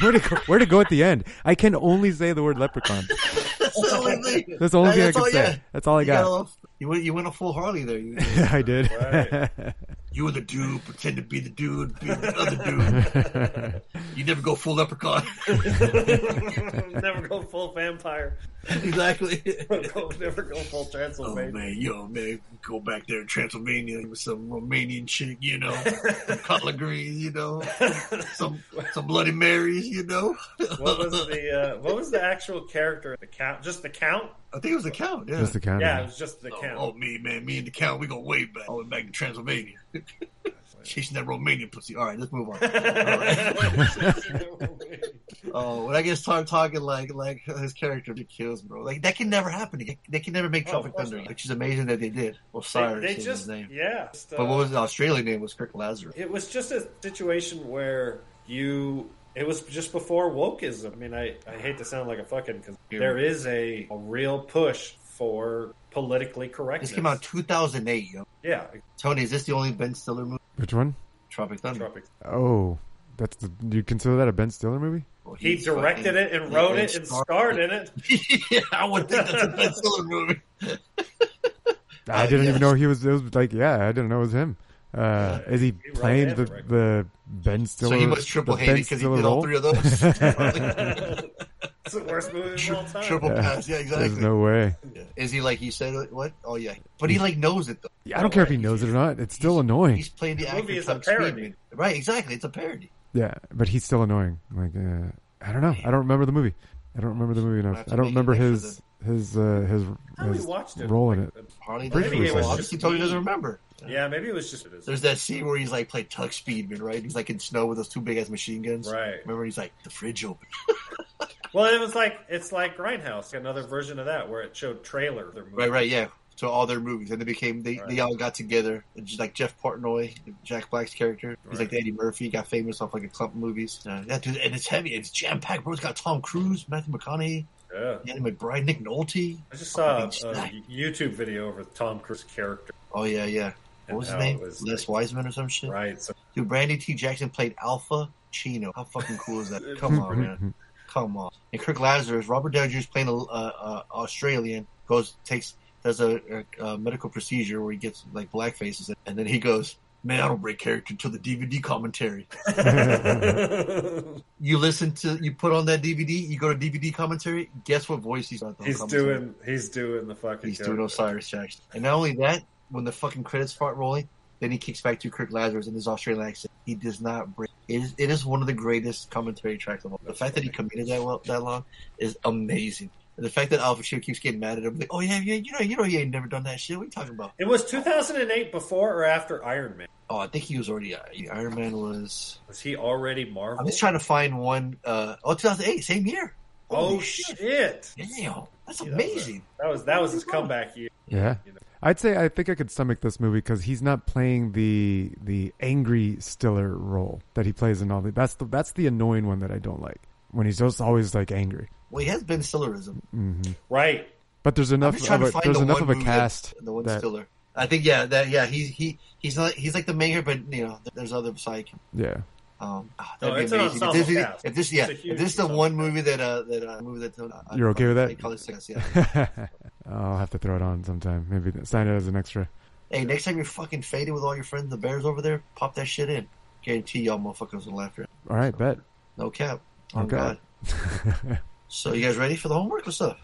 where to go, where to go at the end? I can only say the word leprechaun.
That's the only thing.
That's the only
Hey,
thing I
that's
can
all-
say.
yeah.
That's all I
You, got
got.
all- you went, you went a full Harley there. You,
I did.
you were the dude, pretend to be the dude, be the other dude. You never go full leprechaun.
never go full vampire,
exactly.
never go, never go full
Oh
Transylvania.
man, yo man, go back there in Transylvania with some Romanian chick, you know, some collard greens, you know, some some Bloody Marys, you know.
what was the uh, what was the actual character? The count, just the count.
I think it was a count. Yeah.
Just the counter.
Yeah, it was just the
Oh,
count.
oh, me, man, me and the count, we go way back. I went back to Transylvania, chasing that Romanian pussy. All right, let's move on. Oh, when I get started talking like like his character, it kills, bro. Like that can never happen. again. They can never make
Oh,
Tropic
of course
Thunder,
not.
which is amazing that they did. Well,
they,
Cyrus
they
is
just
his name,
yeah. just,
but
uh,
what was the Australian name? Was Kirk Lazarus?
It was just a situation where you. It was just before wokeism. I mean, I, I hate to sound like a fucking because
Yeah.
there is a, a real push for politically correctness.
This came out 2008, yo.
Yeah,
Tony, is this the only Ben Stiller movie?
Which one?
Tropic Thunder.
Tropic.
Oh, that's the, you consider that a Ben Stiller movie?
Well,
He
he's
directed
fucking-
it and wrote it and
starred-
starred in it.
yeah, I would think that's a Ben Stiller movie.
I
Uh,
didn't
yes.
even know he was. It was like, yeah, I didn't know it was him. Uh, is he
wrote
playing
and
the,
directed.
the Ben Stiller?
so he must triple
the
hate it
Ben
because he
Stiller
did all
role?
three of those.
It's the worst movie of all time.
triple pass. Yeah, exactly.
There's no way.
Is he like he said it- what? Oh yeah, but he like knows it though.
I don't care if he knows it or not. It's still annoying.
He's playing the,
The
actor
movie is
Tom
a parody.
Speedman. right? Exactly, it's a parody.
Yeah, but he's still annoying. Like uh, I don't know. I don't remember the movie. I don't remember the movie
have
enough.
to
I don't
make it
remember
back for
his his uh, his,
I only
his
watched it.
role in it.
Harley
Pretty
doesn't.
sure it was
Well, obviously,
just-
Tony doesn't remember.
Yeah, maybe it was just
There's that scene where he's like played Tuck Speedman, right? He's like in snow with those two big ass machine guns.
Right.
Remember, he's like the fridge open.
Well, it was like it's like Grindhouse, another version of that where it showed trailer. Their movie.
Right, right, yeah. So all their movies, and they became they, they
Right.
all got together. It's just like Jeff Portnoy, Jack Black's character, he's like
Right.
Eddie Murphy. He got famous off like a clump of movies. Uh, that dude, and it's heavy. It's jam packed, bro. It's got Tom Cruise, Matthew McConaughey,
Yeah.
Danny McBride, Nick Nolte.
I just saw a,
Fucking snack.
a YouTube video of Tom Cruise character.
Oh yeah, yeah.
And
What was his
how
name?
it was,
Les
like-
Wiseman or some shit.
Right. So
Dude, Brandy T. Jackson played Alpha Chino. How fucking cool is that? Come on, man. Come on. And Kirk Lazarus, Robert Downey Jr. is playing a uh, uh, Australian. Goes takes does a, a, a medical procedure where he gets like black faces, and then he goes, "Man, I don't break character until the DVD commentary." you listen to, you put on that DVD, you go to DVD commentary. Guess what voice he's on? the
he's
commentary?
doing he's doing the fucking.
He's
character.
doing Osiris Jackson. And not only that, when the fucking credits start rolling, then he kicks back to Kirk Lazarus in his Australian accent. He does not break. It is, it is one of the greatest commentary tracks of all. The fact that he committed that well, that long is amazing. And the fact that Al Pacino keeps getting mad at him, like, oh yeah, yeah, you know, you know, he ain't never done that shit. What are you talking about?
It was 2008 before or after Iron Man.
Oh, I think he was already uh, Iron Man was.
Was he already Marvel?
I'm just trying to find one. Uh, oh, 2008, same year.
oh
Holy
shit!
Damn, that's
Yeah, that's
amazing.
That was that was his
You're wrong.
comeback year.
Yeah.
You know.
I'd say I think I could stomach this movie because he's not playing the the angry Stiller role that he plays in all the. That's the that's the annoying one that I don't like when he's just always like angry.
Well, he has Ben Stillerism.
Right.
But there's
I'm
enough
just
of
trying to
a,
find
there's
the
enough
one
of a
movie that-
cast
The one
that
Stiller. I think yeah, that yeah, he's he he's not he's like the mayor, but you know, there's other side.
yeah
Um, ah,
No,
that'd be
Oh, it's
amazing. If
an ensemble
this, is-
cast.
if this,
It's
yeah,
a huge
if this is the
ensemble
one movie that uh that uh movie that uh,
You're okay with that?
they call it success, yeah.
I'll have to throw it on sometime. Maybe sign it as an extra.
Hey, next time you're fucking faded with all your friends, the Bears over there, pop that shit in. Guarantee y'all motherfuckers will laugh at it.
All right, bet.
No cap. Oh,
Okay.
God. so, you guys ready for the homework or stuff?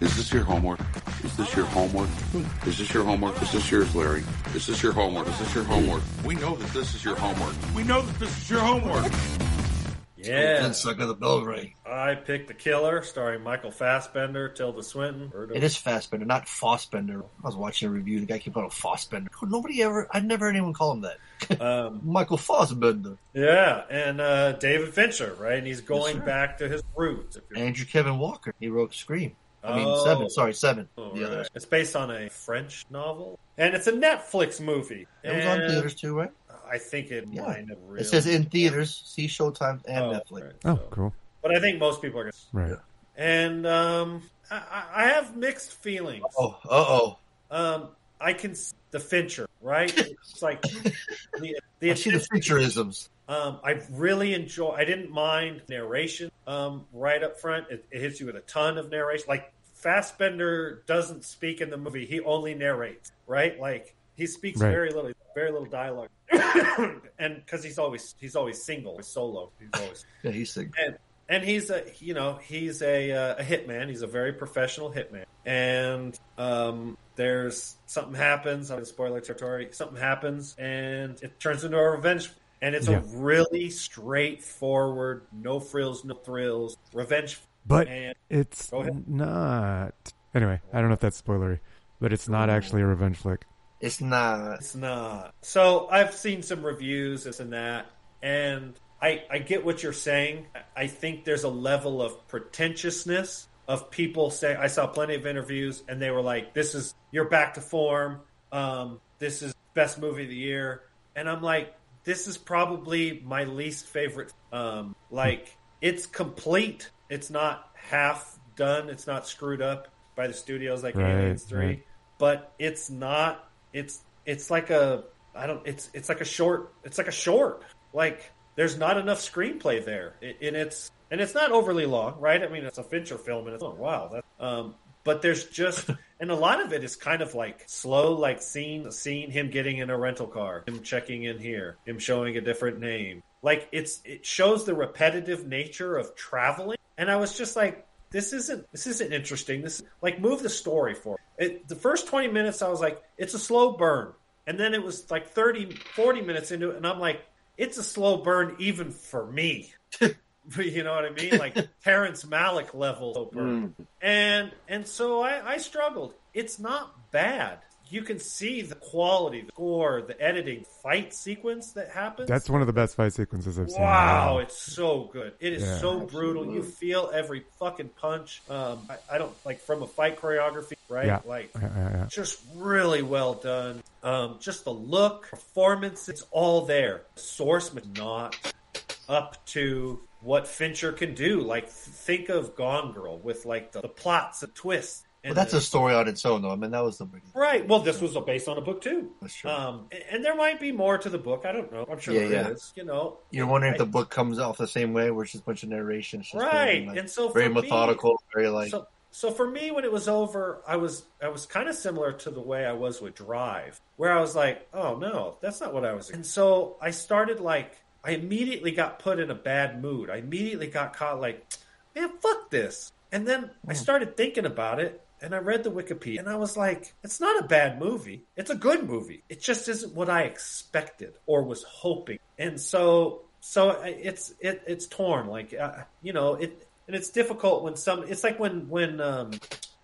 Is this your homework? Is this your homework? Is this your homework? Is this yours, Larry? Is this your homework? Is this your homework? We know that this is your homework.
We know that this is your homework.
Yeah.
And suck of the bell ring.
I picked The Killer, starring Michael Fassbender, Tilda Swinton. Bird of-
It is Fassbender, not Fossbender. I was watching a review and the guy kept calling him Fossbender. Nobody ever, I never heard anyone call him that.
Um,
Michael Fossbender.
yeah, and uh, David Fincher, right? And he's going
sir.
back to his roots. If you're,
Andrew Kevin Walker. He wrote Scream. I mean,
Oh.
Seven. Sorry, Seven.
Oh,
the other.
right. It's based on a French novel, and it's a Netflix movie.
It was on
And
theaters too, right?
I think it
Yeah.
might have really.
It says in theaters, see Showtime and
Oh,
Netflix.
right,
Oh,
so-
cool.
But I think most people are. Gonna...
Right.
And um, I- I, I have mixed feelings.
Oh, uh oh.
Um, I can s- the Fincher, right? It's like the, the
I see the futurisms.
Um, I really enjoy. I didn't mind narration um, right up front. It, it hits you with a ton of narration. Like Fassbender doesn't speak in the movie; he only narrates. Right? Like he speaks
Right.
very little, very little dialogue, and because he's always he's always single, he's solo, he's always
Yeah, he's sick.
and he's a you know he's a uh, a hitman. He's a very professional hitman. And um, there's something happens. I'm in spoiler territory. Something happens, and it turns into a revenge. And it's
Yeah.
a really straightforward, no frills, no thrills revenge.
But
And
it's
Go ahead.
not. Anyway, I don't know if that's spoilery, but it's not actually a revenge flick.
It's not.
it's not. So I've seen some reviews, this and that, and I I get what you're saying. I- I think there's a level of pretentiousness of people saying. I saw plenty of interviews, and they were like, "This is you're back to form. Um, this is best movie of the year," and I'm like, "This is probably my least favorite. Um, like it's complete. It's not half done. It's not screwed up by the studios like
Right,
Aliens Three,
right.
but it's not. It's it's like a I don't. It's it's like a short. It's like a short. Like there's not enough screenplay there, I- and it's and it's not overly long, right? I mean, it's a Fincher film, and it's oh wow. That, um, but there's just and a lot of it is kind of like slow, like scene scene him getting in a rental car, him checking in here, him showing a different name. Like it's it shows the repetitive nature of traveling, and I was just like, this isn't this isn't interesting. This like move the story forward. It, the first 20 minutes I was like it's a slow burn. And then it was like 30 40 minutes into it and I'm like it's a slow burn even for me. you know what I mean? Like Terrence Malick level slow burn. And and so I, I struggled. It's not bad. You can see the quality, the score, the editing, fight sequence that happens.
That's one of the best fight sequences I've seen.
Wow, it's so good. It is
Yeah.
so brutal. You feel every fucking punch. Um, I, I don't like from a fight choreography, right?
Yeah.
Like
Yeah, yeah, yeah.
just really well done. Um, just the look, performance, it's all there. Source was not up to what Fincher can do. Like think of Gone Girl with like the, the plots, the twists.
Well,
and
that's
the-
a story on its own, though. I mean, that was the beginning.
Right. Well, this was based on a book too.
That's true.
Um, and, and there might be more to the book. I don't know. I'm sure
Yeah,
there is.
yeah.
You know,
You're wondering if
I-
the book comes off the same way, where it's just a bunch of narration, it's just
right
Very, like,
and so
very
for me-
methodical, very like.
so, so for me when it was over i was i was kind of similar to the way i was with drive where i was like oh no that's not what i was and so i started like i immediately got put in a bad mood i immediately got caught like man fuck this and then i started thinking about it and i read the wikipedia and i was like it's not a bad movie it's a good movie it just isn't what i expected or was hoping and so so I- it's it, it's torn like uh, you know it and it's difficult when some it's like when when um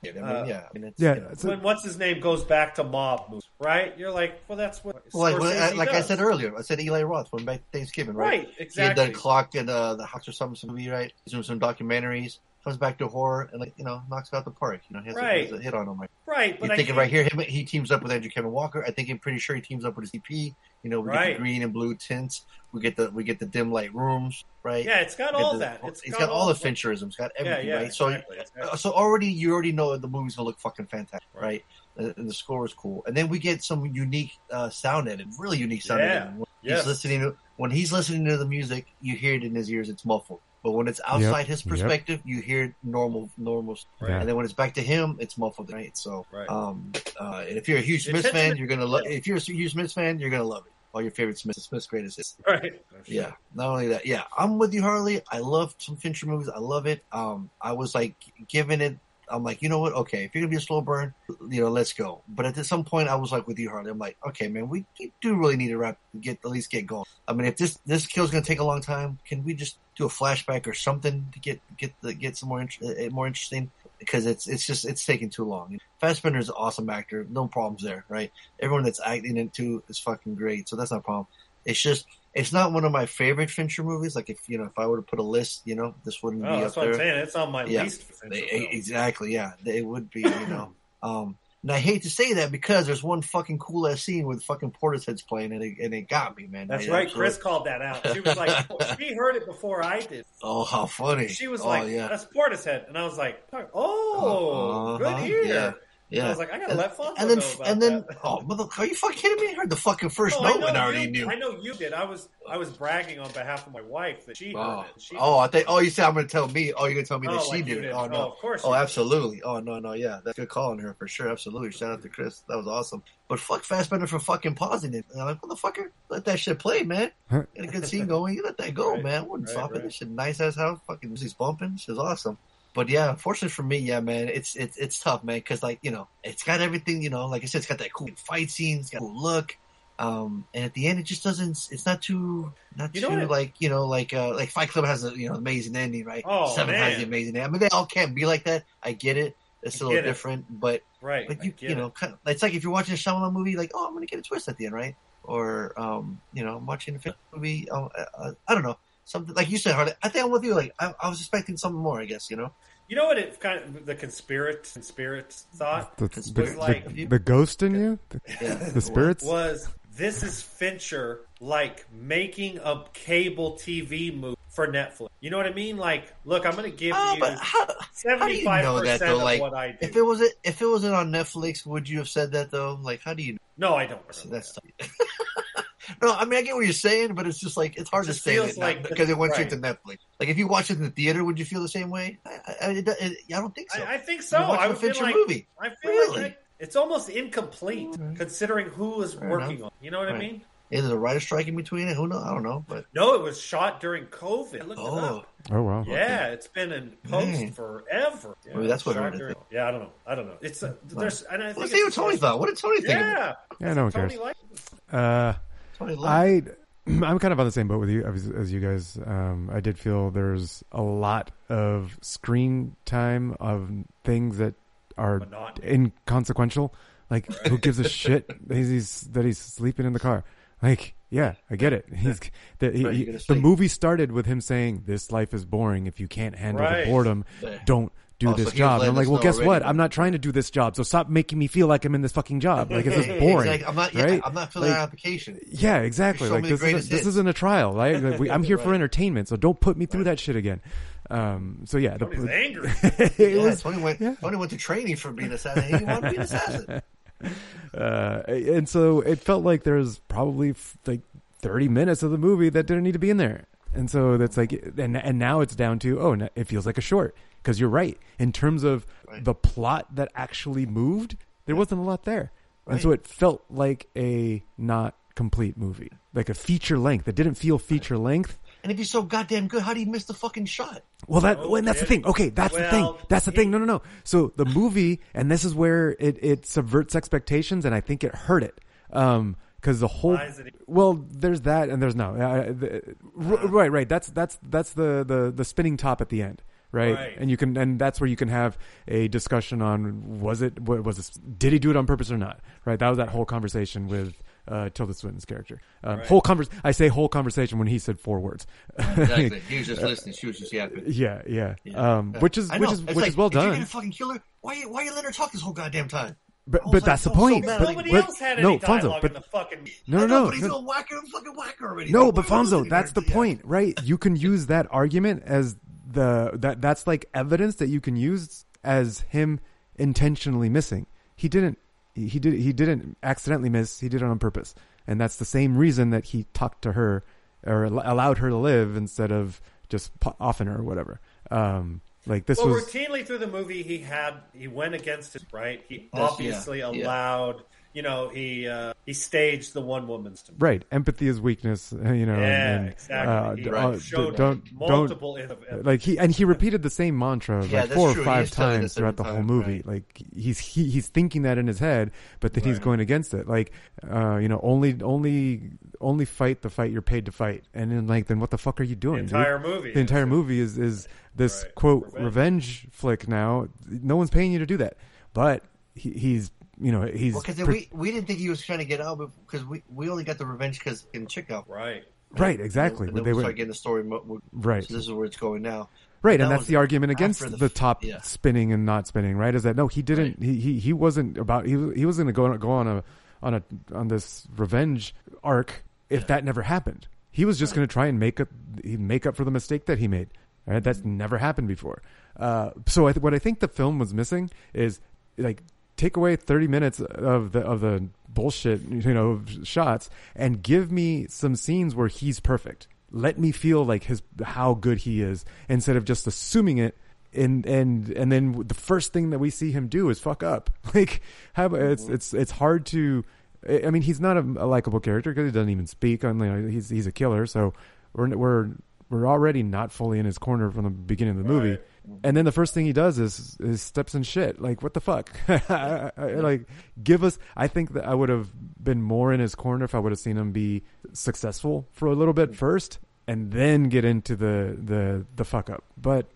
yeah, I mean,
uh,
yeah, I mean, it's,
Yeah,
you know,
it's a-
when what's his name goes back to mob movies right you're like well that's what
like, well, I,
Scorsese
like I
does.
said earlier, I said Eli Roth went back Thanksgiving, right?
right
He had
exactly
done Clock and uh, the Hawks or something some movie, right? He's doing some documentaries, comes back to horror, and like you know, knocks it out the park. You know, he has, a, he
Right.
has a hit on him. Like,
Right, but
You're
I
thinking
think-
right here, him, he teams up with Andrew Kevin Walker. I think I'm pretty sure he teams up with his EP. You know, we get
Right.
the green and blue tints. We get the we get the dim light rooms, right?
Yeah, it's got
We get
all
the-
that.
it's got, all the Fincherism. It's got
Yeah,
everything,
yeah.
right? So,
exactly, exactly.
uh, so already you already know that the movie's gonna look fucking fantastic, right? And, and the score is cool. And then we get some unique uh, sound edit, really unique sound
Yeah.
edit. When
Yes.
He's listening to when he's listening to the music, you hear it in his ears. It's muffled. But when it's outside his
Yep.
perspective, you hear normal, normal
Right.
Yeah.
and then when it's back to him, it's muffled, right? So,
Right.
um, uh, and if you're a huge
The
Smith fan,
attention-
you're gonna love.
yeah.
If you're a huge Smith fan, you're gonna love it. All your favorite Smith Smith's greatest hits.
Right.
Yeah. Not only that, yeah, I'm with you, Harley. I love some Fincher movies. I love it. Um, I was like giving it. I'm like, you know what? Okay, if you're gonna be a slow burn, you know, let's go. But at some point, I was like with you, Harley. I'm like, okay, man, we we do really need to wrap, get at least get going. I mean, if this this kill's gonna take a long time, can we just do a flashback or something to get get the get some more int- uh, more interesting? Because it's it's just it's taking too long. Fassbender's an awesome actor, no problems there, right? Everyone that's acting in it too is fucking great, so that's not a problem. It's just it's not one of my favorite Fincher movies. Like if you know if I were to put a list, you know, this wouldn't
Oh,
be
that's
up
what I'm
there.
saying. It's on my
Yeah.
least. potential
They- e,
film.
exactly, yeah, they would be, you know. Um, and I hate to say that because there's one fucking cool ass scene with fucking Portishead's playing, and it, and it got me, man.
That's
It
right.
absolutely-
Chris called that out. She was like, she heard it before I did.
Oh, how funny!
She was
oh,
like,
yeah,
that's Portishead. And I was like, oh,
Uh-huh,
good ear.
yeah,
And I
yeah.
was like, I gotta
And,
let Fonzo
and then,
know about
and then,
that.
oh, mother, are you fucking kidding me? I heard the fucking first
No, I
note, and I
know
already
you-
knew.
I know you did. I was I was bragging on behalf of my wife that she
Oh,
heard it. She
oh, I think. Oh, you said I'm going to tell me. Oh, you're going to tell me that
Oh,
she
like you
did it.
did.
Oh no,
Oh, of course
Oh,
you did.
absolutely. Oh no, no, yeah, that's a good call on her for sure. Absolutely. Shout out to Chris. That was awesome. But fuck Fastbender for fucking pausing it. And I'm like, motherfucker, let that shit play, man.
Huh.
Got a good scene going. You let that go,
Right,
man. I wouldn't
right,
stop it.
right.
This shit nice ass house. Fucking music's bumping. This is awesome. But yeah, unfortunately for me, yeah, man, it's it's it's tough, man, because like you know, it's got everything, you know, like I said, it's got that cool fight scene, it's got cool look, um, and at the end, it just doesn't. It's not too, not
You know
too
what?
like you know, like uh, like Fight Club has a you know amazing ending, right?
Oh,
Seven has
man.
the amazing ending. I mean, they all can't be like that. I get it. It's a
I
little
get it.
different, but
right.
but
I
you
get
you
it.
know, kind of, it's like if you're watching a Shyamalan movie, like oh, I'm gonna get a twist at the end, right? Or um, you know, I'm watching a film movie. Oh, uh, I don't know something like you said, Harley. I think I'm with you. Like I, I was expecting something more. I guess you know.
You know what? It kind of the conspirit, conspirit thought
The,
It's
the,
was like
the, the ghost in you, the,
Yeah.
the spirits.
was this is Fincher like making a cable TV move for Netflix. You know what I mean? Like, look, I'm going to give
Oh,
you
but how, how do
seventy
you know
five
that
percent
though?
of
Like,
what I do.
if it was if it wasn't on Netflix, would you have said that though? Like, how do you? know?
no, I don't.
So
Remember
that's no. I mean, I get what you're saying, but it's just like it's hard
It
to
just
say
feels
it
like-
because it went straight to
right.
Netflix. Like, if you watch it in the theater, would you feel the same way? I, I, I, it- it- I don't think so.
I, I think so.
You're watching
I
a
would feel
Fincher
like,
movie.
I feel
Really?
like I- it's almost incomplete considering who is
Fair
working
enough.
on. it. You know what I
Right.
mean?
Is there a writer strike in between it? Who knows? I don't know. But
No, it was shot during COVID. I looked it
oh,
up.
oh wow.
Yeah, it's been in post
Man.
forever. Yeah,
Maybe that's what
shot
hurt it.
during- Yeah, I don't know. I don't know. It's uh, there's. And I think
let's
it's-
see what Tony thought. What did Tony think? Of it?
Yeah,
Yeah, no one
Tony
cares.
liked it.
Uh,
Tony loved
I
it.
I'm kind of on the same boat with you as, as you guys. Um, I did feel there's a lot of screen time of things that are
Monotony.
inconsequential. Like who gives a shit that he's, he's that he's sleeping in the car? Like yeah, I get it. He's that he,
Right,
he-
you're gonna
the
sleep.
movie started with him saying this life is boring. If you can't handle
Right.
the boredom, don't. Do
Oh, so
this
he was
job. And I'm
letting
like,
us
well,
know
guess
already.
what? I'm not trying to do this job. So stop making me feel like I'm in this fucking job. Like, this is
Hey,
boring.
exactly. I'm not. Yeah,
right?
I'm not filling
Like,
out an application.
yeah, exactly.
Show
Like
me the
this, is
greatest
this
hits.
isn't a trial, right? Like, we, I'm here for
Right.
entertainment, so don't put me through that shit again. Um, so yeah, the,
Tony's angry.
it
Yeah,
was,
Tony went.
yeah.
Tony went to training for being an assassin. He didn't want to be an assassin.
uh, and so it felt like there's probably f- like 30 minutes of the movie that didn't need to be in there. And so that's like, and and now it's down to oh, n- it feels like a short because you're right in terms of the plot that actually moved. There wasn't a lot there, and so it felt like a not complete movie, like a feature length. It didn't feel feature length.
And if he's so goddamn good, how do you miss the fucking shot?
Well, that well, and that's the
okay.
thing. Okay, that's the thing.
Well,
That's the thing. No, no, no. So the movie, and this is where it it subverts expectations, and I think it hurt it. Um, because the whole
Why is it- Uh-huh.
well, there's that, and there's no uh, the, r- right, right. That's that's that's the the the spinning top at the end. Right?
Right.
and you can, and that's where you can have a discussion on was it, what was this, did he do it on purpose or not? Right, that was that whole conversation with uh, Tilda Swinton's character. Um, Whole convers. I say whole conversation when he said four words.
Exactly. He was just listening. She was just yapping.
yeah, yeah. Um, which is
Uh, I know.
which is
It's
which
like,
is well
if You're gonna
done.
fucking kill her. Why? you- Why you let her talk this whole goddamn time?
But
was
but
like,
that's the
so- so
point.
mad.
But,
Nobody
but-
else had any
no,
dialogue
Fonzo.
in the
But
fucking.
no,
I know,
no,
but he's
no.
gonna whack her. Fucking whack her already.
No,
Like,
but
why are we
Fonzo,
listening to
that's
her?
the
Yeah.
point, right? You can use that argument as the that that's like evidence that you can use as him intentionally missing. He didn't he did he didn't accidentally miss. He did it on purpose, and that's the same reason that he talked to her or al- allowed her to live instead of just po- offing her or whatever. Um, like this
Well,
was
routinely through the movie, he had he went against his right. He
That's-
obviously
yeah, yeah.
allowed. You know, he uh, he staged the one woman's. To
right. Empathy is weakness, you know.
Yeah,
and, uh,
exactly.
d-
He
uh, d-
showed
don't don't
multiple. inno-
like he and he repeated the same mantra
Yeah,
like
that's
four or
true. He
five
is telling
times
us
throughout the
every
whole
time,
movie
right.
like he's he, he's thinking that in his head but then he's going against it like uh you know only only only fight the fight you're paid to fight and then like then what the fuck are you doing dude?
entire movie
the entire
is-
movie is is this
Right.
quote revenge.
Revenge.
flick now no one's paying you to do that but he, he's you know he's
Well, because
pre-
we we didn't think he was trying to get out, because we we only got the revenge because in checkout.
right.
right exactly
And then
They
we
were-
start getting the story. mo- mo-
Right.
So this is where it's going now.
Right, and
That
that's
was
the argument against
after
the,
the f-
top
yeah.
spinning and not spinning, right? Is that no, he didn't. He, he he wasn't about. He was- he was going to go on, go on a on a on this revenge arc if that never happened. He was just going to try and make up he make up for the mistake that he made. Right, that's never happened before. Uh, so I th- what I think the film was missing is like take away 30 minutes of the of the bullshit you know shots and give me some scenes where he's perfect let me feel like his how good he is instead of just assuming it and and and then the first thing that we see him do is fuck up like how about- it's it's it's hard to I I mean he's not a, a likable character because he doesn't even speak on you know, he's he's a killer so we're we're we're already not fully in his corner from the beginning of the movie and then the first thing he does is, is steps in shit. Like what the fuck? I- I- like give us. I think that I would have been more in his corner if I would have seen him be successful for a little
Mm.
bit first, and then get into the the the fuck up. But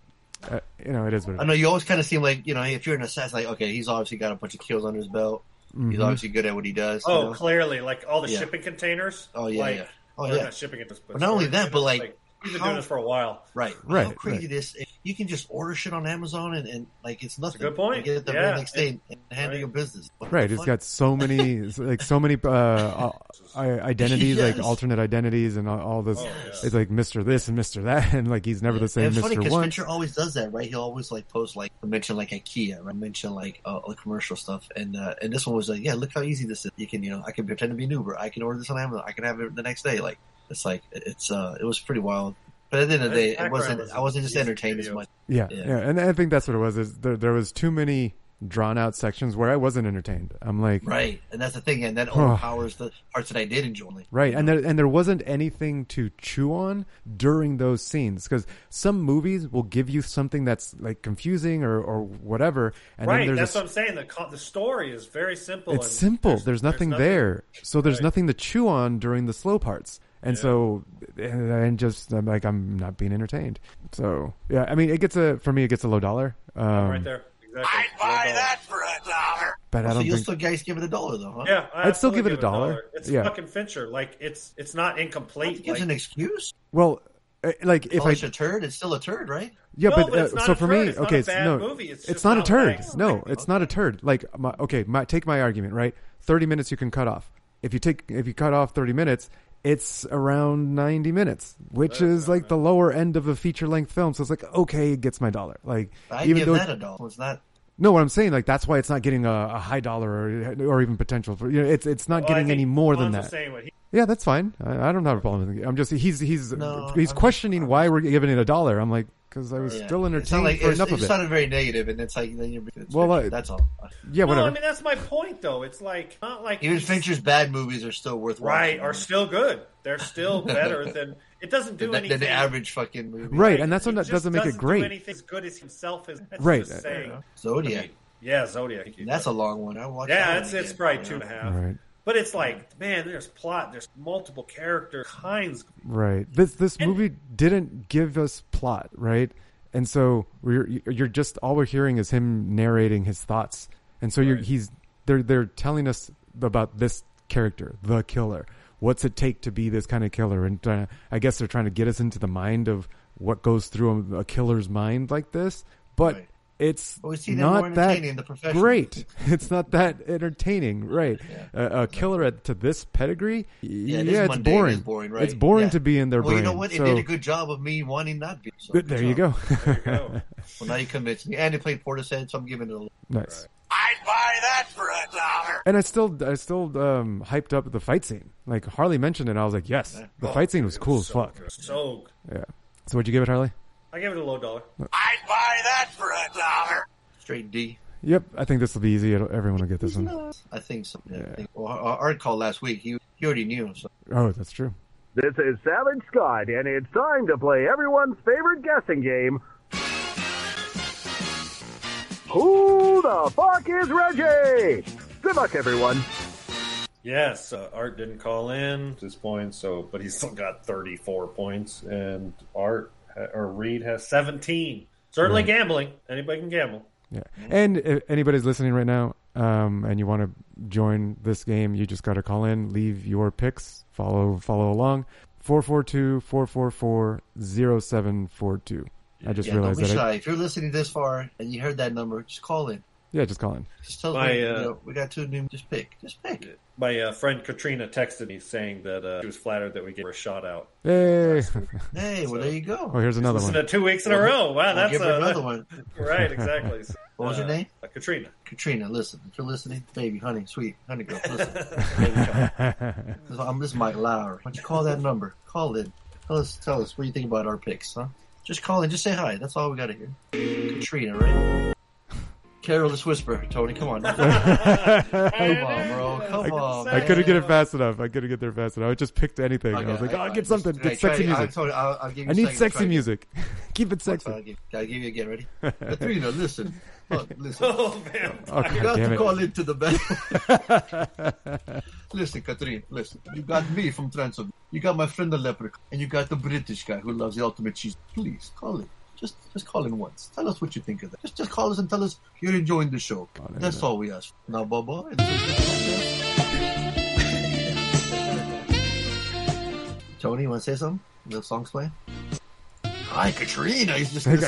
uh, you know it is what
I
it is.
know you always kind of seem like you know if you're an assassin, like okay, he's obviously got a bunch of kills under his belt.
Mm-hmm.
He's obviously good at what he does. you
Oh,
know?
clearly, like all the
Yeah.
shipping containers.
Oh, yeah,
like,
yeah. Oh,
or
yeah.
Not shipping at this point.
But not only that, but, like,
we've been
how-
doing this for a while.
right,
Right,
How crazy
right.
this! You can just order shit on Amazon and, and like it's nothing.
good point.
You get it the
Yeah.
very next day and handle
Right.
your business. What
Right,
the
it's
fuck?
got so many like so many uh, i- identities, like
Yes. Oh,
alternate identities, and all, all this. It's like Mister this and Mister that, and like he's never the same
And it's funny
Mister
because
one.
Fincher always does that, right? He'll always like post like mention like IKEA, right? mention like uh, all the commercial stuff, and uh, and this one was like, yeah, look how easy this is. You can you know, I can pretend to be an Uber, I can order this on Amazon, I can have it the next day. Like it's like it's uh, it was pretty wild. But at the end of the
His
day, it
background
wasn't.
was
I wasn't just
music
entertained as
videos.
much.
Yeah, yeah,
Yeah.
and I think that's what it was. Is there there was too many drawn out sections where I wasn't entertained. I'm like,
Right, and that's the thing, and that overpowers the parts that I did enjoy.
Right, and there and there wasn't anything to chew on during those scenes because some movies will give you something that's like confusing or, or whatever, and
right.
then there's
That's
a,
what I'm saying. The co- the story is very simple.
it's
and
simple. There's, nothing there, so there's
Right.
nothing to chew on during the slow parts, and so and, and just I'm like I'm not being entertained. So yeah, I mean it gets a for me it gets a low dollar, um,
Right there. Exactly. Well done.
but I
So
don't
you'll
think
still guys give it a dollar though, huh?
Yeah, I
I'd still
absolutely
give it a dollar.
It's
Yeah.
fucking Fincher. Like it's it's not incomplete.
It gives
like-
an excuse.
well uh, like if
If
I
it's a turd, it's still a turd, right?
Yeah,
No,
but,
but
uh,
it's not
so
a
for
turd.
me,
It's not
okay,
a
it's,
bad
no,
movie. It's just
not a
not
turd.
like-
no, it's not a turd. Like, my, okay, my, take my argument, right? Thirty minutes you can cut off. If you take, if you cut off thirty minutes, it's around ninety minutes, which is like the lower end of a feature length film. So it's like, okay, it gets my dollar. Like,
I
even
give
though
that a dollar. It's not.
no, what I'm saying, like that's why it's not getting a, a high dollar or or even potential for you know, it's it's not
Well, Oh, I
getting
think
any more than
Fonzo's
that.
Saying what he,
Yeah, that's fine. I, I don't have a problem with it. I'm just he's he's
No,
he's
I'm-
questioning why we're giving it a dollar. I'm like. Because I was
Yeah.
still
It sounded
entertained
like,
for
it's,
enough
it
of it.
sounded very negative, and it's like then you're it's
Well,
Fincher,
uh,
that's all.
Yeah,
no,
whatever.
I mean that's my point though. It's like not like
Even
he's-
Fincher's bad movies are still worth
right
watching,
are still good. They're still better than it doesn't do
than, than
anything.
the average fucking movie.
right, and that's
It
what that
just
doesn't make it
do
great.
anything as good as himself is. That's
Right.
Just saying.
Zodiac.
Yeah, Zodiac. you
that's a
got it.
long one. I watched. that
Yeah,
one
it's it's
again,
probably
you
two and
know?
a half.
Right.
But it's like, man, there's plot. There's multiple character kinds.
Right. This this movie didn't give us plot, right? And so we're you're just all we're hearing is him narrating his thoughts, and so you're, he's they're they're telling us about this character, the killer. What's it take to be this kind of killer? And uh, I guess they're trying to get us into the mind of what goes through a, a killer's mind like this. But
Right.
it's
Well, we see that more
not that
entertaining in The Professional.
great. It's not that entertaining, right? a, a killer at, to this pedigree, yeah,
this
it's
mundane is
boring.
boring, right?
It's boring
Yeah.
to be in their
Well,
brain.
you know what? It
So,
did a good job of me wanting not to. So,
good- there you
job.
go.
Oh,
Well, now you convinced me. And it played Portishead, so I'm giving it a.
nice.
I'd buy that for a dollar.
And I still, I still um, hyped up the fight scene. Like Harley mentioned it, I was like, yes,
Oh,
the fight scene was cool as
so
fuck.
good. So good.
Yeah. So what'd you give it, Harley?
I gave it a low dollar.
I'd buy that for a dollar.
Straight D.
Yep, I think this will be easy. It'll, everyone will get this one.
I think so. Yeah. I think, well, our, our call last week, he, he already knew. So.
Oh, that's true.
This is Savage Scott, and it's time to play everyone's favorite guessing game. Who the fuck is Reggie? Good luck, everyone.
Yes, uh, Art didn't call in at this point, so but he's still got 34 points, and Art ha- or Reed has 17. Certainly gambling. Anybody can gamble.
Yeah.
Mm-hmm.
And if anybody's listening right now, um, and you want to join this game, you just got to call in, leave your picks, follow follow along. 442-444-0742. I just
Yeah, don't
realized
be
that. I,
shy. If you're listening this far and you heard that number, just call in.
yeah, just call in.
Just tell
My,
us, you
uh,
know, we got two new. Just pick. Just pick.
My uh, friend Katrina texted me saying that uh, she was flattered that we gave her a shot out.
Hey.
Hey, well, there you go.
oh, here's another
Listen
one.
to two weeks in a row. Wow,
We'll
that's
give her
uh,
another one.
Right, exactly. So,
What was her
uh,
name?
uh, Katrina.
Katrina, listen. If you're listening, baby, honey, sweet, honey girl, listen. Baby, child. This- I'm this is Mike Lowry. Why don't you call that number? Call in. Tell us, tell us what do you think about our picks, huh? Just call in. Just say hi. That's all we got to hear. Katrina, right? Carol, just whisper. Tony, come on. come on, bro. Come on.
I couldn't
man.
get it fast enough. I couldn't get there fast enough. I just picked anything. I was like, oh, get something.
I- I
Get
tried-
sexy
I,
music.
told you, I'll, I'll give
I
you a
need
second to try
sexy
again.
music. Keep it
So I'll
sexy.
give, I'll give you again. Ready? Katrina, listen. Look, listen.
Oh man,
Oh, God
You got
damn
to
it.
call into the bank. listen, Katrine, listen. You got me from Transylvania. You got my friend the leprechaun, and you got the British guy who loves the ultimate cheese. Please call in. Just, just call in once. Tell us what you think of that. Just, just call us and tell us you're enjoying the show. That's all we ask. Now, Baba. Tony, you want to say something? The song's playing. Hi, Katrina. He's just gonna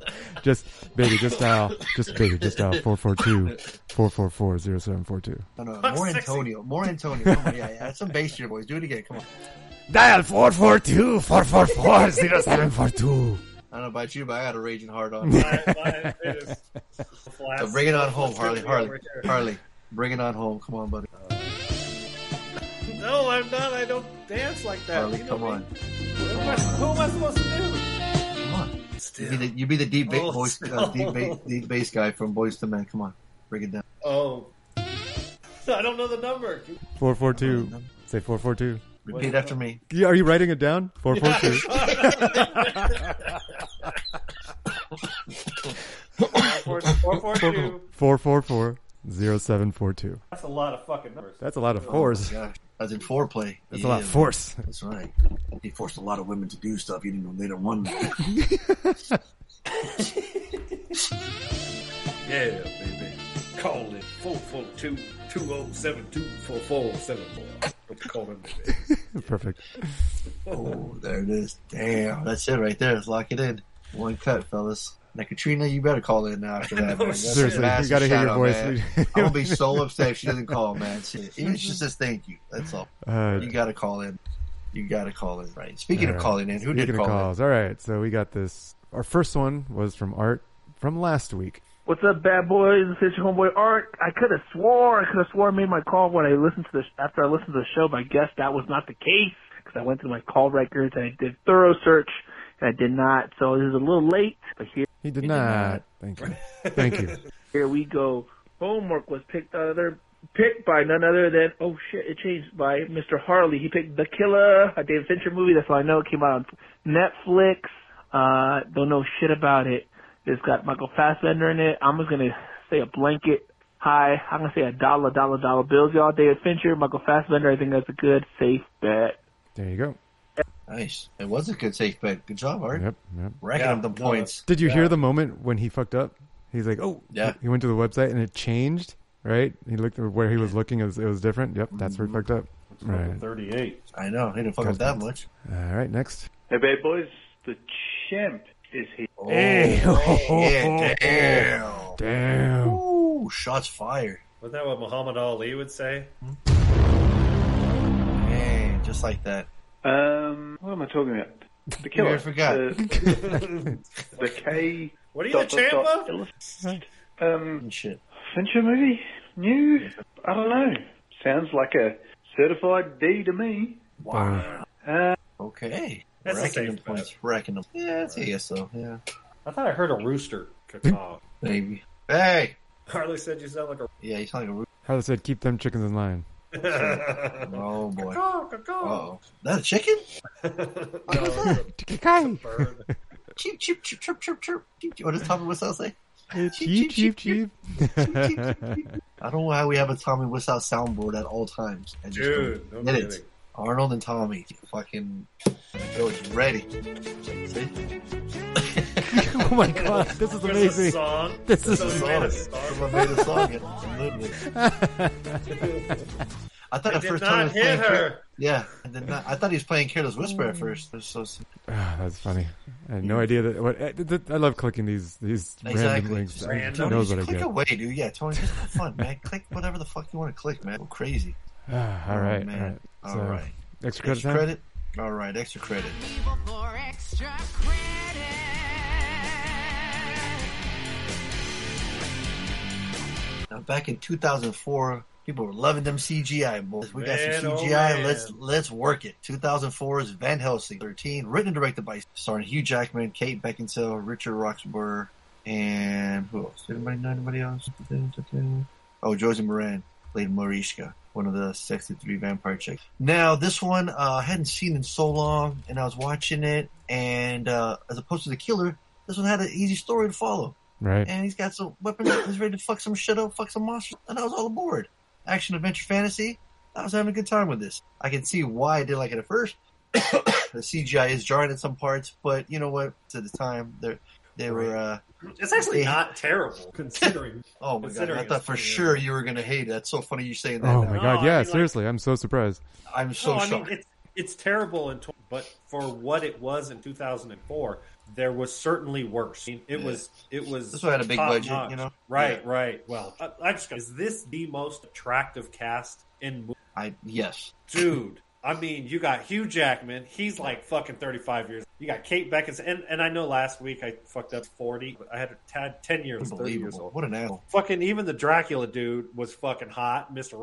say.
just baby, just dial, just baby, just dial 442-444-0742.
No, no, more Antonio. More Antonio. Come on, yeah, yeah. Add some bass to your voice. Do it again. Come on.
Dial 442-444-0742.
I don't know about you, but I got a raging hard on.
My- my- it is flat.
So bring it on home,
Let's go
Harley.
over
Harley.
here.
Harley. Bring it on home. Come on, buddy.
No, I'm not. I don't dance like that.
Harley,
You know
come
me.
on.
What am I- Who am I supposed to do?
Come on. You be the, you be the deep, ba-
Oh,
voice,
no.
uh, deep, ba- deep bass guy from Boys to Men. Come on. Bring it down.
Oh, I don't know the number.
442. Say 442.
Repeat after me.
Yeah, Are you writing it down? 442.
Four, four, four, two.
444-0742.
That's a lot of fucking numbers.
That's a lot of fours.
Yeah. That's in foreplay.
That's a lot of force.
That's right. He forced a lot of women to do stuff you didn't know they don't want to do.
Yeah, baby. Call it 442 2072 4474. Call it, baby.
Perfect.
Oh, there it is. Damn. That's it right there. Let's lock it in. One cut, fellas. Now, Katrina, you better call in now after that. man. That's a
Seriously, we
massive
gotta hear your
shout-out,
voice.
man. I'm gonna be so upset if she doesn't call, man. Shit. Even if she just says thank you, that's all.
Uh,
You gotta call in. You gotta call in, right? Speaking
All
of
right.
calling in, who
Speaking
did
of
call
calls. All right, so we got this. Our first one was from Art from last week.
What's up, bad boys? It's your homeboy Art. I could have swore, I could have swore I made my call when I listened to the after I listened to the show, but I guess that was not the case because I went through my call records and I did thorough search and I did not. So it was a little late, but here.
He did
He did
not. Thank you. Thank you.
Here we go. Homework was picked other picked by none other than oh shit, it changed by Mr. Harley. He picked The Killer, a David Fincher movie. That's all I know. It came out on Netflix. Uh, don't know shit about it. It's got Michael Fassbender in it. I'm just gonna say a blanket. Hi, I'm gonna say a dollar, dollar, dollar bills, y'all. David Fincher, Michael Fassbender. I think that's a good safe bet.
There you go.
in? Nice. It was a good safe bet. Good job, Art.
Yep. Yep.
Racking up the points.
Did you hear the moment when he fucked up? He's like, "Oh,
Yeah.
He went to the website and it changed right? He looked where he was looking. It was, it was different. Yep, that's where he fucked up. Right.
Thirty-eight.
I know. He didn't fuck up that much.
All right. Next.
Hey, bad boys, the champ is here.
Hey.
Yeah, damn.
Damn.
Ooh, shots fired.
Wasn't that what Muhammad Ali would say?
Man, just like that.
Um, what am I talking about? The
Yeah,
killer.
I forgot.
The, the K.
What are you, the
dot, dot,
champ
dot,
of?
illus- Um,
And shit.
Fincher movie? New? I don't know. Sounds like a certified D to me.
Wow.
Uh,
Okay.
That's a
Racking
safe
them points. Racking them. Yeah, that's I guess so. Yeah.
I thought I heard a rooster. caw.
Maybe. Hey.
Harley said you sound like a.
Yeah, you sound like a
Harley said, "Keep them chickens in line."
Oh boy.
Caw, caw, caw.
Oh, that a chicken?
No, bird.
Cheep cheep cheep chirp chirp chirp. Cheep, cheep. What does Tommy Wiseau say?
Cheep, cheep, cheep.
I don't know how we have a Tommy Wiseau soundboard at all times. I just
Dude, no
don't get it.
kidding.
Arnold and Tommy, fucking, it was ready. See?
oh my god, this is
There's a
amazing.
song.
This is
Somebody made a song.
Someone made a song. It absolutely. I thought
It
at
did
first Tommy
not
was
hit
playing. Care-
her.
yeah, I did not. I thought he was playing Careless Whisper
Hmm.
at first. It was so
Ah, that's funny. I had no idea that. What, I, th- I love clicking these these random
Exactly.
links.
Just
I- Who
random.
knows what I
click
get?
away, dude. Yeah, Tony, just have fun, man. click whatever the fuck you want to click, man. Go crazy.
Ah, all right, all right.
man. All
So,
right.
Extra credit
Extra
time.
credit. All right, extra credit. Now, back in 2004, people were loving them CGI. Boys. We got
Man,
some
oh,
CGI.
man.
let's let's work it. 2004 is Van Helsing 13, written and directed by starring Hugh Jackman, Kate Beckinsale, Richard Roxburgh, and who else? Anybody know anybody else? Oh, Josie Moran played Morishka, one of the sexy three vampire chicks. Now, this one uh, I hadn't seen in so long, and I was watching it, and uh, as opposed to The Killer, this one had an easy story to follow
Right.
and he's got some weapons. He's ready to fuck some shit up, fuck some monsters, and I was all aboard. Action, adventure, fantasy. I was having a good time with this. I can see why I did like it at first. the CGI is jarring at some parts, but you know what? At the time, they they were. Uh,
It's actually not terrible considering.
oh my god!
Considering
I thought for
it's-
sure you were gonna hate it. That's so funny you saying that.
Oh
now.
my
No,
god.
I
Yeah.
mean, like-
seriously, I'm so surprised.
I'm so
no, I mean
shocked.
it's it's terrible in tw- but for what it was in 2004, there was certainly worse. I mean, it was it was
This one had a big
top
budget,
notch.
you know?
Right, right. Well, I, I just is this the most attractive cast in mo-
I yes.
dude? I mean, you got Hugh Jackman. He's like fucking 35 years. You got Kate Beckinsale, and and I know last week I fucked up 40. but I had a tad 10 years, 30 years
Unbelievable.
old.
What an asshole.
Fucking even the Dracula dude was fucking hot, Mr.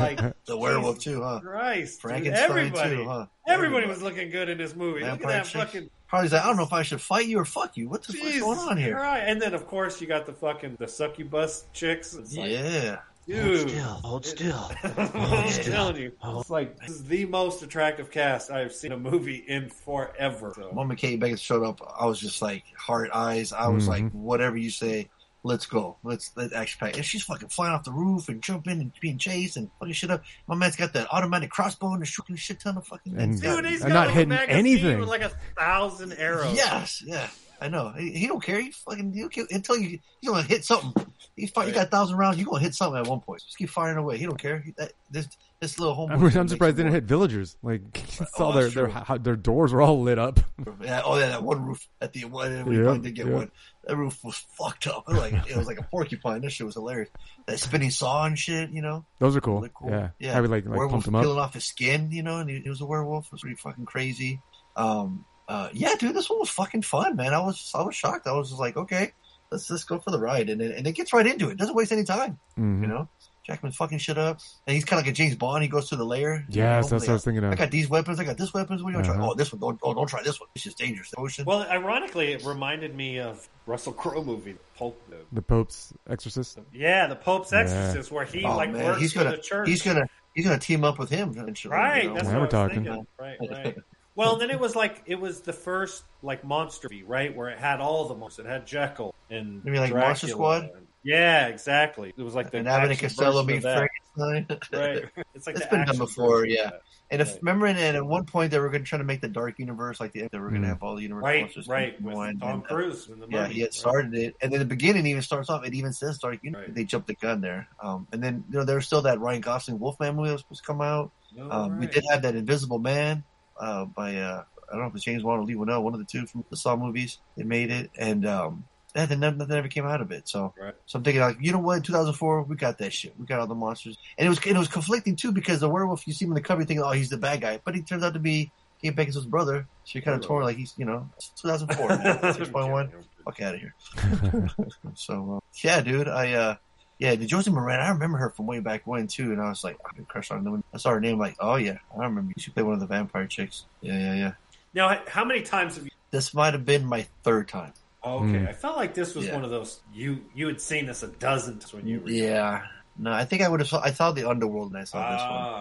like
The werewolf
Jesus
too, huh?
Christ, dude,
Frankenstein too,
everybody,
huh?
everybody was looking good in this movie. Look
Vampire
at that
chicks.
fucking
Harley's like, I don't know if I should fight you or fuck you. What the fuck's
Jesus
going on here?
Christ. And then of course you got the fucking the succubus chicks. It's like,
Yeah.
dude,
Still, hold still.
I'm
Yeah.
telling you, it's like this is the most attractive cast I've seen a movie in forever. So,
when McKay Beckett showed up, I was just like hard eyes. I was like,
Mm-hmm.
whatever you say, let's go. Let's let action pack. And she's fucking flying off the roof and jumping and being chased and fucking shit up. My man's got that automatic crossbow and a shooting shit ton of fucking
And-
things.
dude, he's
I'm
got
not
a
hitting
magazine
anything.
with like a thousand arrows.
yes, yeah, I know. He, he don't care. He fucking he'll kill until you he's gonna hit something. He's fight, you got a thousand rounds. You are gonna hit something at one point. Just keep firing away. He don't care. He, that, this this little homeboy.
I'm, I'm
makes
surprised they
him
didn't
work.
hit villagers. Like, saw their
that's
their
true.
ho- their doors were all lit up.
Yeah, oh yeah, that one roof at the one we
Yeah,
finally did get
yeah.
one. That roof was fucked up. It was like it was like a porcupine. This shit was hilarious. That spinning saw and shit, you know.
Those are cool.
Really cool.
Yeah. Probably like like
werewolf
pumped them up.
peeling off his skin, you know, and he, he was a werewolf. It was pretty fucking crazy. Um, uh, yeah, dude, this one was fucking fun, man. I was I was shocked. I was just like, okay, let's just go for the ride, and it, and it gets right into it. Doesn't waste any time,
Mhm.
you know. Jackman fucking shit up, and he's kind of like a James Bond. He goes through the layer.
Yes, that's what I was thinking
I
of.
got these weapons. I got this weapons. What do you want to try?
Uh-huh.
Oh, this one. Don't, oh, don't try this one. It's just dangerous. Ocean.
Well, ironically, it reminded me of Russell Crowe movie Pulp. The,
The Pope's Exorcist.
yeah, the Pope's
Yeah.
Exorcist, where he
oh
like
man,
works
he's
for
gonna
the church.
he's gonna he's gonna team up with him eventually.
Right,
you know?
that's
Now
what
we're
I was
talking.
thinking. Right, right. Well, then it was like it was the first like monster movie, right, where it had all the monsters. It had Jekyll and
You mean like
Dracula
Monster Squad?
and- Yeah, exactly. It was like the
and Abbott and
action
Costello
version
meet
of that.
Frankenstein.
Right. It's like
it's
the
been done
action
before,
version of
yeah.
that.
And if remember, and at one point they were going to try to make the Dark Universe like the they were going
Mm.
to have all the universe
Right,
monsters
right,
in
with
one,
Tom
and, uh,
Cruise in the
yeah,
movie,
he had
right.
started it, and then the beginning even starts off. It even says Dark Universe. They jumped the gun there, um, and then you know there was still that Ryan Gosling Wolfman movie that was supposed to come out.
No,
um, We
right.
did have that Invisible Man uh, by uh, I don't know if it's James Wan or Lee Winnell, one of the two from the Saw movies. They made it, and um, yeah, then nothing, nothing ever came out of it. So, so I'm thinking like, you know what, 2004, we got that shit. We got all the monsters, and it was and it was conflicting too because the werewolf you see him in the cover, you think, oh, he's the bad guy, but he turns out to be Kate Beckinsale's brother. So you're kind of torn, like he's you know, it's 2004, man. 6.1, fuck out of here. so uh, yeah, dude, I uh, yeah, the Josie Moran, I remember her from way back when too, and I was like, I've been crushed on her. I saw her name, like, oh yeah, I remember. She played one of the vampire chicks. Yeah, yeah, yeah.
Now, how many times have you?
This might have been my third time.
Oh, okay,
Hmm.
I felt like this was one of those you you had seen this a dozen times when you were
Yeah. No, I think I would have. Saw, I saw the Underworld and I saw
Ah.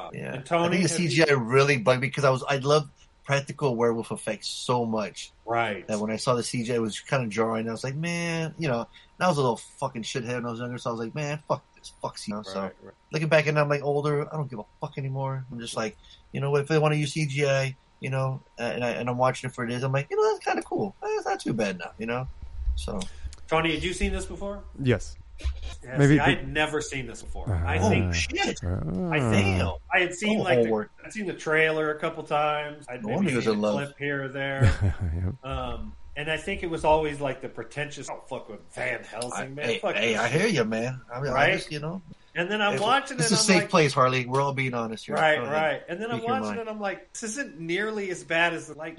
this one. Yeah,
And Tony,
I
have
think the CGI really bugged me because I was I love practical werewolf effects so much.
Right.
That when I saw the CGI, it was kind of jarring. I was like, man, you know, and I was a little fucking shithead when I was younger, so I was like, man, fuck this, fuck you know. So looking back, and I'm like older, I don't give a fuck anymore. I'm just like, you know, what, if they want to use CGI, you know, uh, and I and I'm watching it for it is, I'm like, you know, that's kind of cool. Eh, It's not too bad now, you know. So
Tony, had you seen this before?
Yes.
Yeah,
Maybe
see, I
the-
had never seen this before.
Ah.
I think
Oh, shit.
I think
Ah.
I had seen
Oh,
like the,
Hallmark.
I'd seen the trailer a couple times. I'd
No
maybe
wonder he was
seen
in
a
love.
clip here or there.
Yep.
um, and I think it was always like the pretentious. Oh fuck with Van Helsing, man.
hey,
fuck
hey,
this
I hear
shit."
you, man. I mean, I
Right?
just, you know.
And then I'm
It's-
watching
It's
it.
a
I'm
safe
like,
place, Harley. We're all being honest here.
Right,
Go ahead.
right. And then I'm
Speak your
watching
mind.
it. I'm like, this isn't nearly as bad as like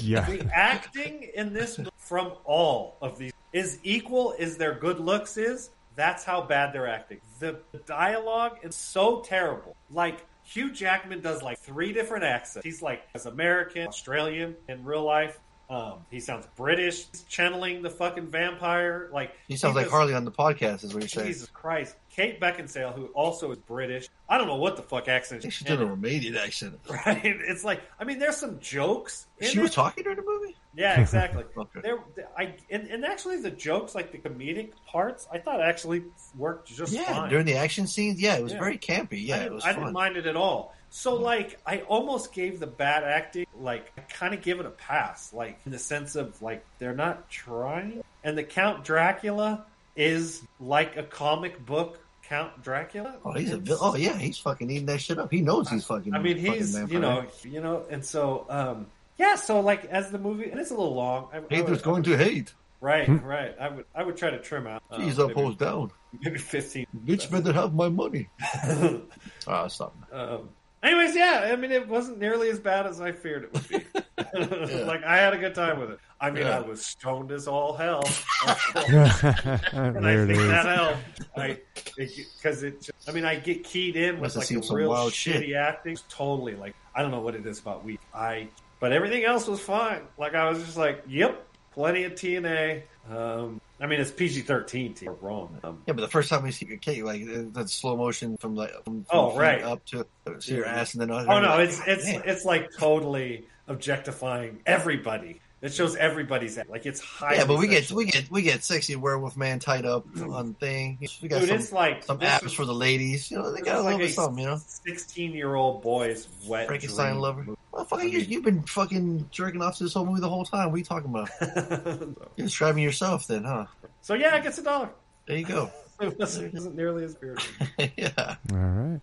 Yeah.
the acting in this from all of these is equal as their good looks is. That's how bad they're acting. The dialogue is so terrible. Like Hugh Jackman does like three different accents. He's like as American, Australian in real life. Um, he sounds British. He's channeling the fucking vampire. Like
He sounds like
does-
Harley on the podcast, is what you're saying.
Jesus Christ. Kate Beckinsale, who also is British. I don't know what the fuck accent
She
she
did
did.
a Romanian accent.
Right? It's like, I mean, there's some jokes. in
She was
it.
talking during the movie.
Yeah, exactly.
Okay.
There, I and, and actually the jokes, like the comedic parts, I thought actually worked just
Yeah,
fine
during the action scenes. Yeah, it was very campy.
I
Yeah,
didn't,
it was
I
fun.
didn't mind it at all. So like, I almost gave the bad acting like I kind of give it a pass, like in the sense of like they're not trying. And the Count Dracula is like a comic book Count Dracula.
Oh, he's a vil- oh yeah, he's fucking eating that shit up. He knows he's fucking.
I mean, he's
fucking
you know
vampire.
you know, and so um yeah, so like as the movie, and it's a little long. I, I
haters
would-
going to hate.
Right,
Hmm.
right. I would I would try to trim out. uh,
He's
maybe-
up, hose down.
Maybe fifteen.
Bitch, better have my money. Ah, stop.
Um, anyways, yeah, I mean, it wasn't nearly as bad as I feared it would be. like, I had a good time with it. I mean,
Yeah.
I was stoned as all hell. and
There
I
it
think
is.
that helped. Because it, just- I mean, I get keyed in
Must
with
have
like
seen
the
some
real
wild
shitty
shit.
acting. It's Totally. Like, I don't know what it is about weak. I, but everything else was fine. Like, I was just like, yep, plenty of TNA. Um, I mean, it's PG 13 T. Wrong. Um,
Yeah, but the first time we see your Kate, like uh, that slow motion from like from, from
Oh,
feet
right.
up to see your ass and then
Oh no, it's it's it's like totally objectifying everybody. It shows everybody's act. like it's high.
yeah, but we get we get we get sexy werewolf man tied up on thing. We got
Dude,
some,
it's like-
some
this
apps
is-
for the ladies. You know, they got a little bit something. You know,
sixteen-year-old boys wet
Frankenstein
dream.
lover. Motherfucker, you, you've been fucking jerking off to this whole movie the whole time. What are you talking about? You're describing yourself, then, huh?
So yeah, it gets a dollar.
There you go.
It wasn't, it wasn't nearly as weird.
yeah,
All right.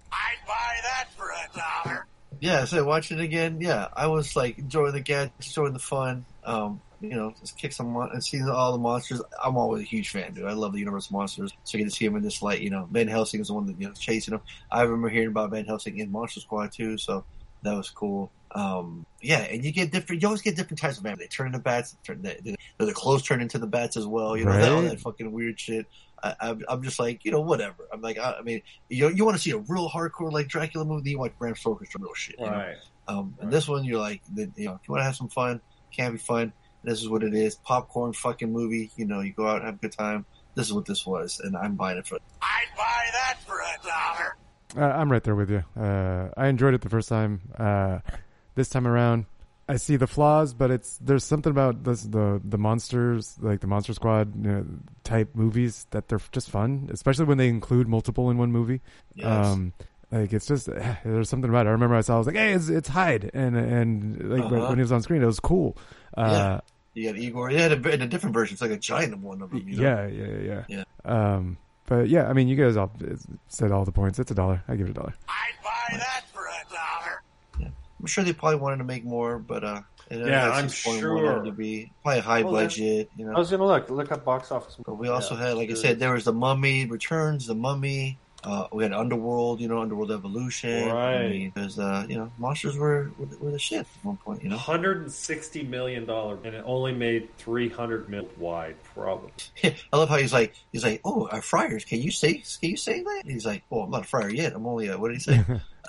yeah. So watching it again, yeah, I was like enjoying the gadgets, enjoying the fun. Um, you know, just kick some mon- and see all the monsters. I'm always a huge fan, dude. I love the Universal monsters, so you get to see them in this light. You know, Van Helsing is the one that you know chasing them. I remember hearing about Van Helsing in Monster Squad too, so that was cool. Um, yeah, and you get different. You always get different types of vampires. They turn into bats. Turn, they, they, the clothes turn into the bats as well. You know, all
Right.
that fucking weird shit. I, I'm, I'm just like, you know, whatever. I'm like, I, I mean, you you want to see a real hardcore like Dracula movie? You watch Bram Stoker's real shit. you know?
Right.
Um, and this one, you're like, the, you know, if you want to have some fun, can be fun. This is what it is. Popcorn fucking movie. You know, you go out and have a good time. This is what this was, and I'm buying it for.
Uh, I'm right there with you. Uh, I enjoyed it the first time. Uh, this time around, I see the flaws, but it's there's something about this, the the monsters, like the Monster Squad you know, type movies, that they're just fun, especially when they include multiple in one movie.
Yes.
Um, like it's just eh, there's something about it. I remember I saw I was like, hey, it's, it's Hyde, and and like
Uh-huh.
when he was on screen, it was cool. Uh,
You had Igor. Yeah, in a, in a different version, it's like a giant one of them. You
yeah,
know?
yeah, yeah, Um, but yeah, I mean, you guys all said all the points. It's a dollar. I give it a dollar.
I'm sure they probably wanted to make more, but uh, it ended
Yeah,
up
I'm
6.1
sure.
had to be probably high
Well, then-
budget. You know,
I was gonna look look up box office.
But we also had, like I said, there was the Mummy Returns, the Mummy. Uh, we had Underworld, you know, Underworld Evolution. I
Right.
mean, there's, uh, you know, monsters were were, were the shit at one point. You know,
160 million dollar, and it only made 300 mil wide, probably.
I love how he's like, he's like, oh, our friars, can you say, can you say that? He's like, well, I'm not a friar yet. I'm only a, what did he say?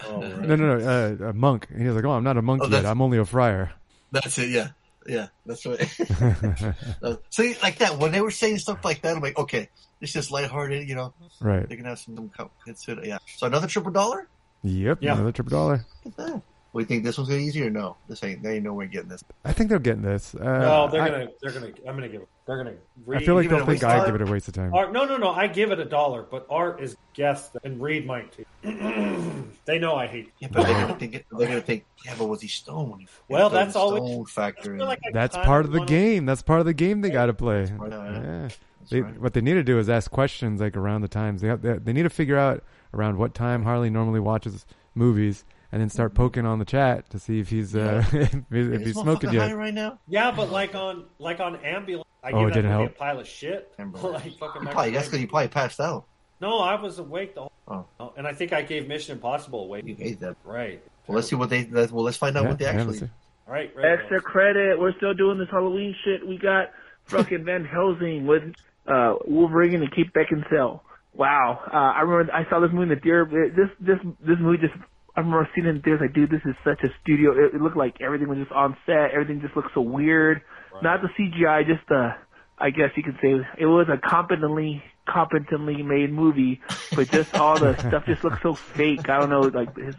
No, no, no. Uh, a monk. And he was like, oh, I'm not a monk
Oh,
yet.
that's-
I'm only a friar.
That's it. Yeah, yeah, that's right. Uh, See, like that when they were saying stuff like that, I'm like, okay, it's just lighthearted, you know.
Right.
They can have some co- consider. Yeah. So another triple dollar.
Yep.
Yeah.
Another triple dollar.
Look at that. We think this one's gonna be easy or no? This ain't. They ain't nowhere getting this.
I think they're getting this. Uh,
no, they're
I-
gonna, they're gonna, I'm gonna give, it- they're gonna.
I
Read,
feel like
give
they'll
it a
think
waste
I
of-
give it a waste of time.
Art, no, no, no. I give it a dollar, but Art is guessed and read mine too. they know I hate.
Yeah, but they're gonna think. They're gonna think. Yeah, but was he stoned?
Well,
Throw the
that's always-
stone factor. in.
That's part of the game. That's part of the game they got to play.
part of it.
Yeah. They, What they need to do is ask questions like around the times. They, have, they they need to figure out around what time Harley normally watches movies, and then start poking on the chat to see if he's uh, if, he's- if
Is
he's
this
smoking
motherfucker
yet.
high right now.
Yeah, but like on, like on ambulance, I
Oh,
give
it
that
didn't
movie
help.
a pile of shit. like fucking.
You probably, that's because you probably passed out.
No, I was awake the whole.
Oh.
And I think I gave Mission Impossible away.
You hate that,
right?
Well, let's see what they. Well, let's find out what they actually.
All right, right.
Extra credit. We're still doing this Halloween shit. We got fucking Van Helsing with uh, Wolverine and Kate Beckinsale. Wow. Uh, I remember I saw this movie in the theater. This this this movie just. I remember seeing it in theaters. Like, dude, this is such a studio. It, it looked like everything was just on set. Everything just looked so weird. Not the CGI, just the. I guess you could say it was a competently competently made movie, but just all the stuff just looked so fake. I don't know, like his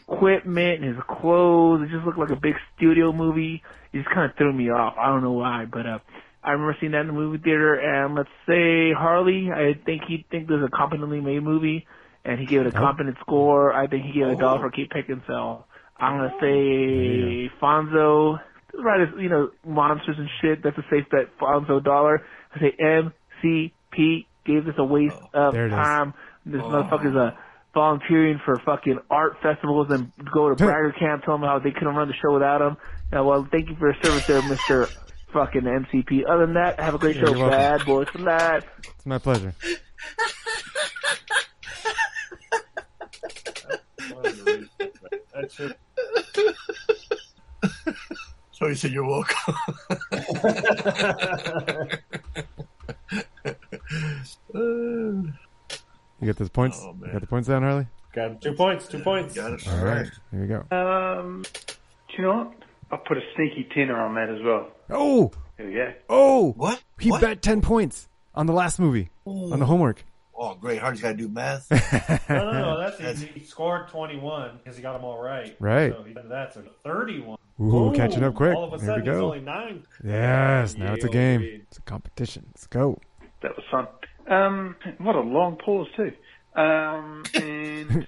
equipment and his clothes. It just looked like a big studio movie. It just kind of threw me off. I don't know why, but uh, I remember seeing that in the movie theater. And let's say Harley, I think he think this is a competently made movie, and he gave it a competent score. I think he gave it a dollar for Kate Beckinsale. I'm gonna say Fonzo. Right, as you know, monsters and shit. That's a safe bet. Fonzo dollar. I say MCP gave this a waste of
Oh, there it is.
time. This
Oh.
motherfucker's a volunteering for fucking art festivals and go to bragger camp, tell them how they couldn't run the show without him. Uh, well, thank you for your service there, Mister fucking MCP. Other than that, have a great
You're
show,
welcome.
bad boys for life.
It's my pleasure.
That's it.
So he said, "You're welcome." Uh,
You get those points.
Oh,
you got the points down, Harley.
Got him. two points. Two points. Got
it.
All right. Here we go.
Um, do you know what? I'll put a sneaky tenner on that as well.
Oh,
Here we go.
oh.
What?
He bet ten points on the last movie on the homework.
oh, great! Hardy's got to do math.
No, no, no, that's easy. He scored 21 because he got them all right.
Right.
So he did that. So 31.
Ooh, catching up quick.
All of a
Here
sudden,
we go.
he's only nine.
Yes. Now it's a
Yeah,
game.
baby.
It's a competition. Let's go.
That was fun. Um, what a long pause too. Um, and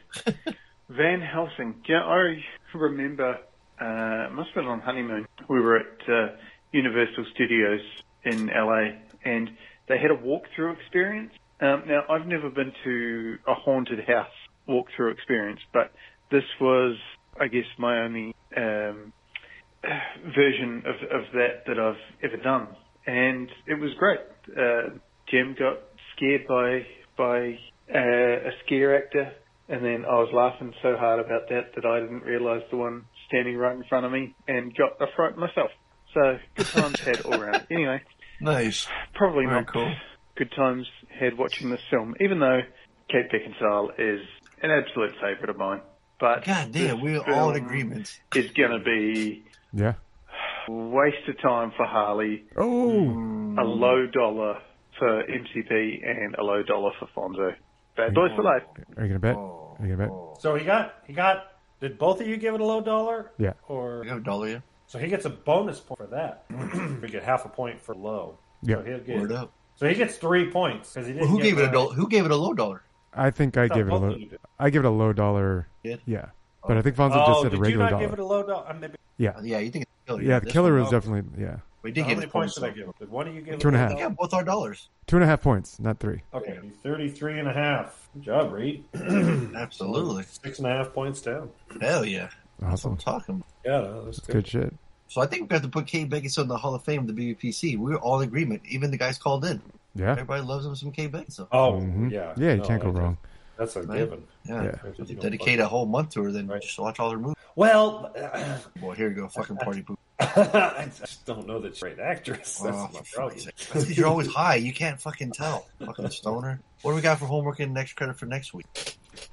Van Helsing. Yeah, I remember. Uh, it must have been on honeymoon. We were at uh, Universal Studios in LA, and they had a walkthrough experience. Um, now I've never been to a haunted house walkthrough experience, but this was, I guess, my only um, version of, of that that I've ever done, and it was great. Uh, Jim got scared by by uh, a scare actor, and then I was laughing so hard about that that I didn't realise the one standing right in front of me and got a fright myself. So good times had all round. Anyway,
nice.
Probably
Very
not
cool.
good times had watching this film, even though Kate Beckinsale is an absolute favourite of mine. But
God damn,
this
we're all in
film
agreement.
Is going to be
Yeah.
waste of time for Harley.
Mm.
Oh,
a
Mm.
low dollar for MCP and a low dollar for Fonzo. Bad boys for life.
Are you gonna bet?
Oh.
Are you gonna bet?
So he got, he got, did both of you give it a low dollar?
Yeah.
Or
have a dollar, yeah.
So he gets a bonus point for that. we get half a point for low.
Yep.
So he'll get.
Word up.
So he gets three points because he didn't.
Well, who
get
gave it a
that.
do- who gave it a low dollar?
I think I
No,
gave it a
both of
low.
you did.
I give it a low dollar.
Yeah.
Yeah, but I think Fonzo
oh,
just said
did
a regular
you not
dollar.
give it a low dollar? I mean,
yeah,
Yeah, you think it's a killer?
yeah. The
this
killer
one-
was definitely yeah,
We did
how
give it
many
a
points
points.
did I give him? Did one of you give
Two and a
him
half.
Yeah, both our dollars.
two and a half points, not three.
Okay, 33 and a half. Good job, Reed.
Absolutely.
Six and a half points down.
Hell yeah. That's
Awesome,
what I'm talking about.
Yeah, no, that's
good shit.
So I think we have to put Kane Beckinsale in the Hall of Fame of the BBPC. We're all in agreement. Even the guys called in.
Yeah,
Everybody loves him some Kane Beckinsale.
Oh,
Mhm.
yeah.
yeah. You
No,
Oh,
can't go
that-
wrong.
That's a
Right?
given.
Yeah.
yeah.
If you dedicate a whole month to her, then just watch all her movies.
Well,
Boy, here we go. Fucking party poop.
I just don't know that she's a great actress. That's
Oh,
my
for
problem.
fuck's sake. You're always high. You can't fucking tell. Fucking stoner. What do we got for homework and next credit for next week?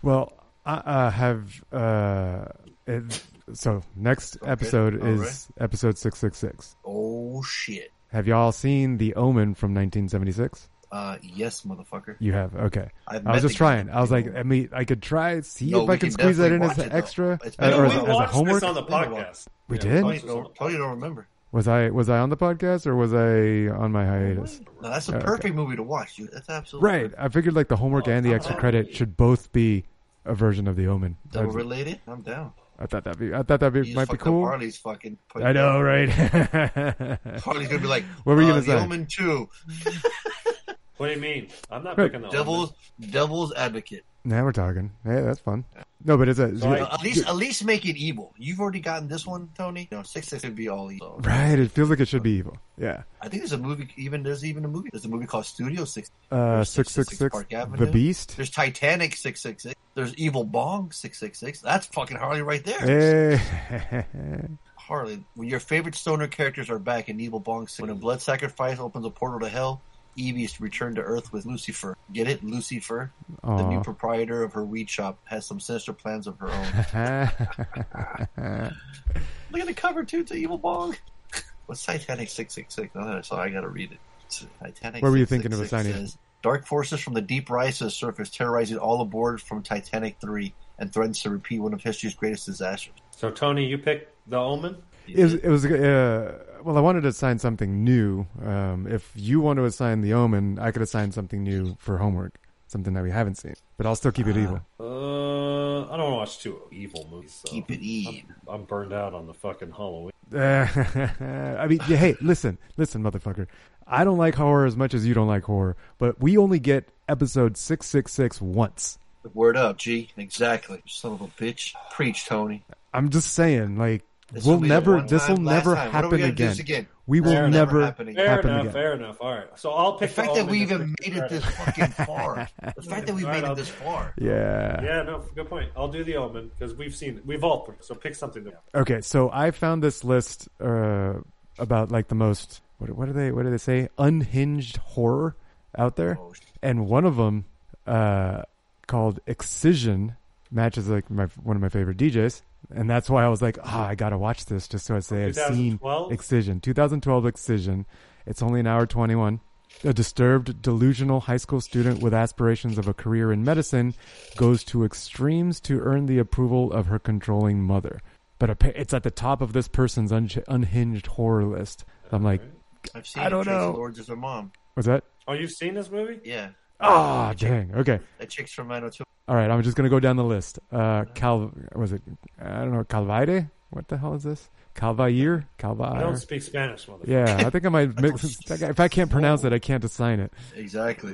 Well, I uh, have uh, it, so next episode
All
is episode six six six.
Oh shit.
Have y'all seen The Omen from 1976?
Uh, yes, motherfucker.
You have. Okay. i was
I've met
just
the
trying.
guy.
I was like, I mean, I could try see
No,
if
we
I can
can
squeeze that in
definitely
as
watch it,
an
though.
extra
It's
uh,
been-
No,
or
we
as, a- as a
watched
homework.
this on the podcast.
we
Yeah,
did.
Tony, don't, Tony don't remember.
Was I was I on the podcast or was I on my hiatus?
No, that's a
Okay.
perfect movie to watch. Dude. That's absolutely
Right. I figured like the
Oh,
homework and the extra credit should both be a version of The Omen. I,
Double related. I'm down.
I thought that be I thought that
You
be,
just
might be
fucked
cool.
up Harley's fucking.
I know, right?
Harley's gonna be like,
What were you
uh,
gonna
the
say?
Omen Two,
What do you mean? I'm not
Right.
picking the
Devil's Devil's Advocate.
now we're talking. Hey, that's fun. No, but it's a
So I-
Uh, at least, at least make it evil. You've already gotten this one, Tony. No, six six would be all evil.
right. It feels like it should be evil. Yeah.
I think there's a movie. Even there's even a movie. There's a movie called Studio Six.
Uh,
There's
six six six.
Park Avenue.
The Beast.
There's Titanic six six six. There's Evil Bong six six six. That's fucking Harley right there.
Hey. Eh.
Harley, when your favorite stoner characters are back in Evil Bong 6, when a blood sacrifice opens a portal to hell, Evie is returned to Earth with Lucifer. Get it, Lucifer, the new
Aw.
proprietor of her weed shop, has some sinister plans of her own. Look at the cover too to Evil Bong. What's Titanic six six six? Oh, so I gotta read it. It's Titanic.
What were you
666
thinking of assigning?
says, Dark forces from the deep rise to the surface, terrorizing all aboard from Titanic three, and threatens to repeat one of history's greatest disasters.
So, Tony, you picked The Omen?
it was, it was uh, well, I wanted to assign something new. Um, if you want to assign the omen, I could assign something new for homework, something that we haven't seen, but I'll still keep
Ah.
it evil.
Uh, I don't want to watch two evil movies. So.
Keep it evil.
I'm burned out on the fucking Halloween.
Uh, I mean, yeah, hey, listen, listen, motherfucker. I don't like horror as much as you don't like horror, but we only get episode 666 once.
Word up, G. Exactly. Son of a bitch. Preach, Tony.
I'm just saying, like,
This
we'll
will be the
never,
one
this will
time, last
never
time. What are we
happen
gonna do
again.
this again?
We
This
will
will never
never
happen again.
Fair
happen
enough,
again.
fair enough. All right. So I'll pick
The fact
the
that we
Omen
even made it this fucking far. The fact that we made it this far.
Yeah.
Yeah, no, good point. I'll do the Omen because we've seen we've all so pick something. That,
Okay, so I found this list uh, about like the most what, what do they what do they say unhinged horror out there, and one of them uh, called Excision matches like my one of my favorite DJs, and that's why I was like, ah, I gotta watch this just so I say I've seen
2012?
Excision, 2012 Excision. It's only an hour 21. A disturbed, delusional high school student with aspirations of a career in medicine goes to extremes to earn the approval of her controlling mother. But appa- it's at the top of this person's unch unhinged horror list. I'm like,
I've seen
I don't
it. Tracy
know.
Lords is her mom.
what's that?
oh, you've seen this movie?
Yeah.
Ah, dang. Okay.
That chick's from 902.
All right. I'm just going to go down the list. Uh, Cal, was it, I don't know, Calvaire? What the hell is this? Calvaire?
I don't
Calvaire.
speak Spanish, mother.
Yeah, I think I might mix. If I can't pronounce it, I can't assign it.
Exactly.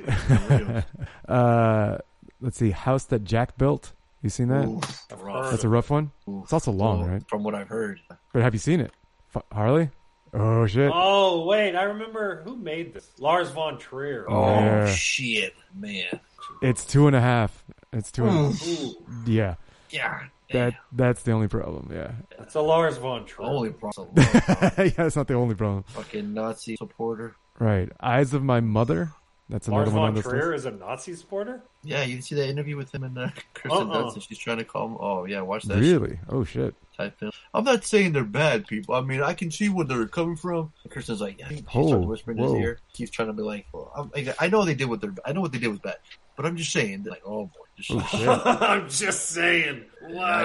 For real.
Uh, let's see, house that Jack built. You seen that?
Oof, rough.
That's a rough one.
Oof.
It's also long,
Well,
right?
From what I've heard.
But have you seen it, F- Harley? Oh shit!
Oh wait, I remember who made this. Lars von Trier.
Oh,
Yeah.
shit, man.
It's two and a half. It's two. And a half.
Ooh,
Yeah,
God.
that that's the only problem. Yeah,
That's a Lars von Trier.
Holy problem.
yeah, it's not the only problem.
fucking Nazi supporter.
Right, Eyes of My Mother. That's another
Lars
one on
von
this
Trier
list.
is a Nazi supporter.
Yeah, you can see that interview with him and uh, Kristen
Uh-uh.
Dunst. and She's trying to call him. Oh, yeah, watch that. shit.
Really? Oh shit!
type film. I'm not saying they're bad people. I mean, I can see where they're coming from. Kristen's like, yeah, he
Oh,
starts whispering in his
whoa.
ear. He's trying to be like, well, I'm, I, I know they did what they're, I know what they did was bad, but I'm just saying, that, like, oh boy,
Oh, shit. I'm just saying. Wow.
I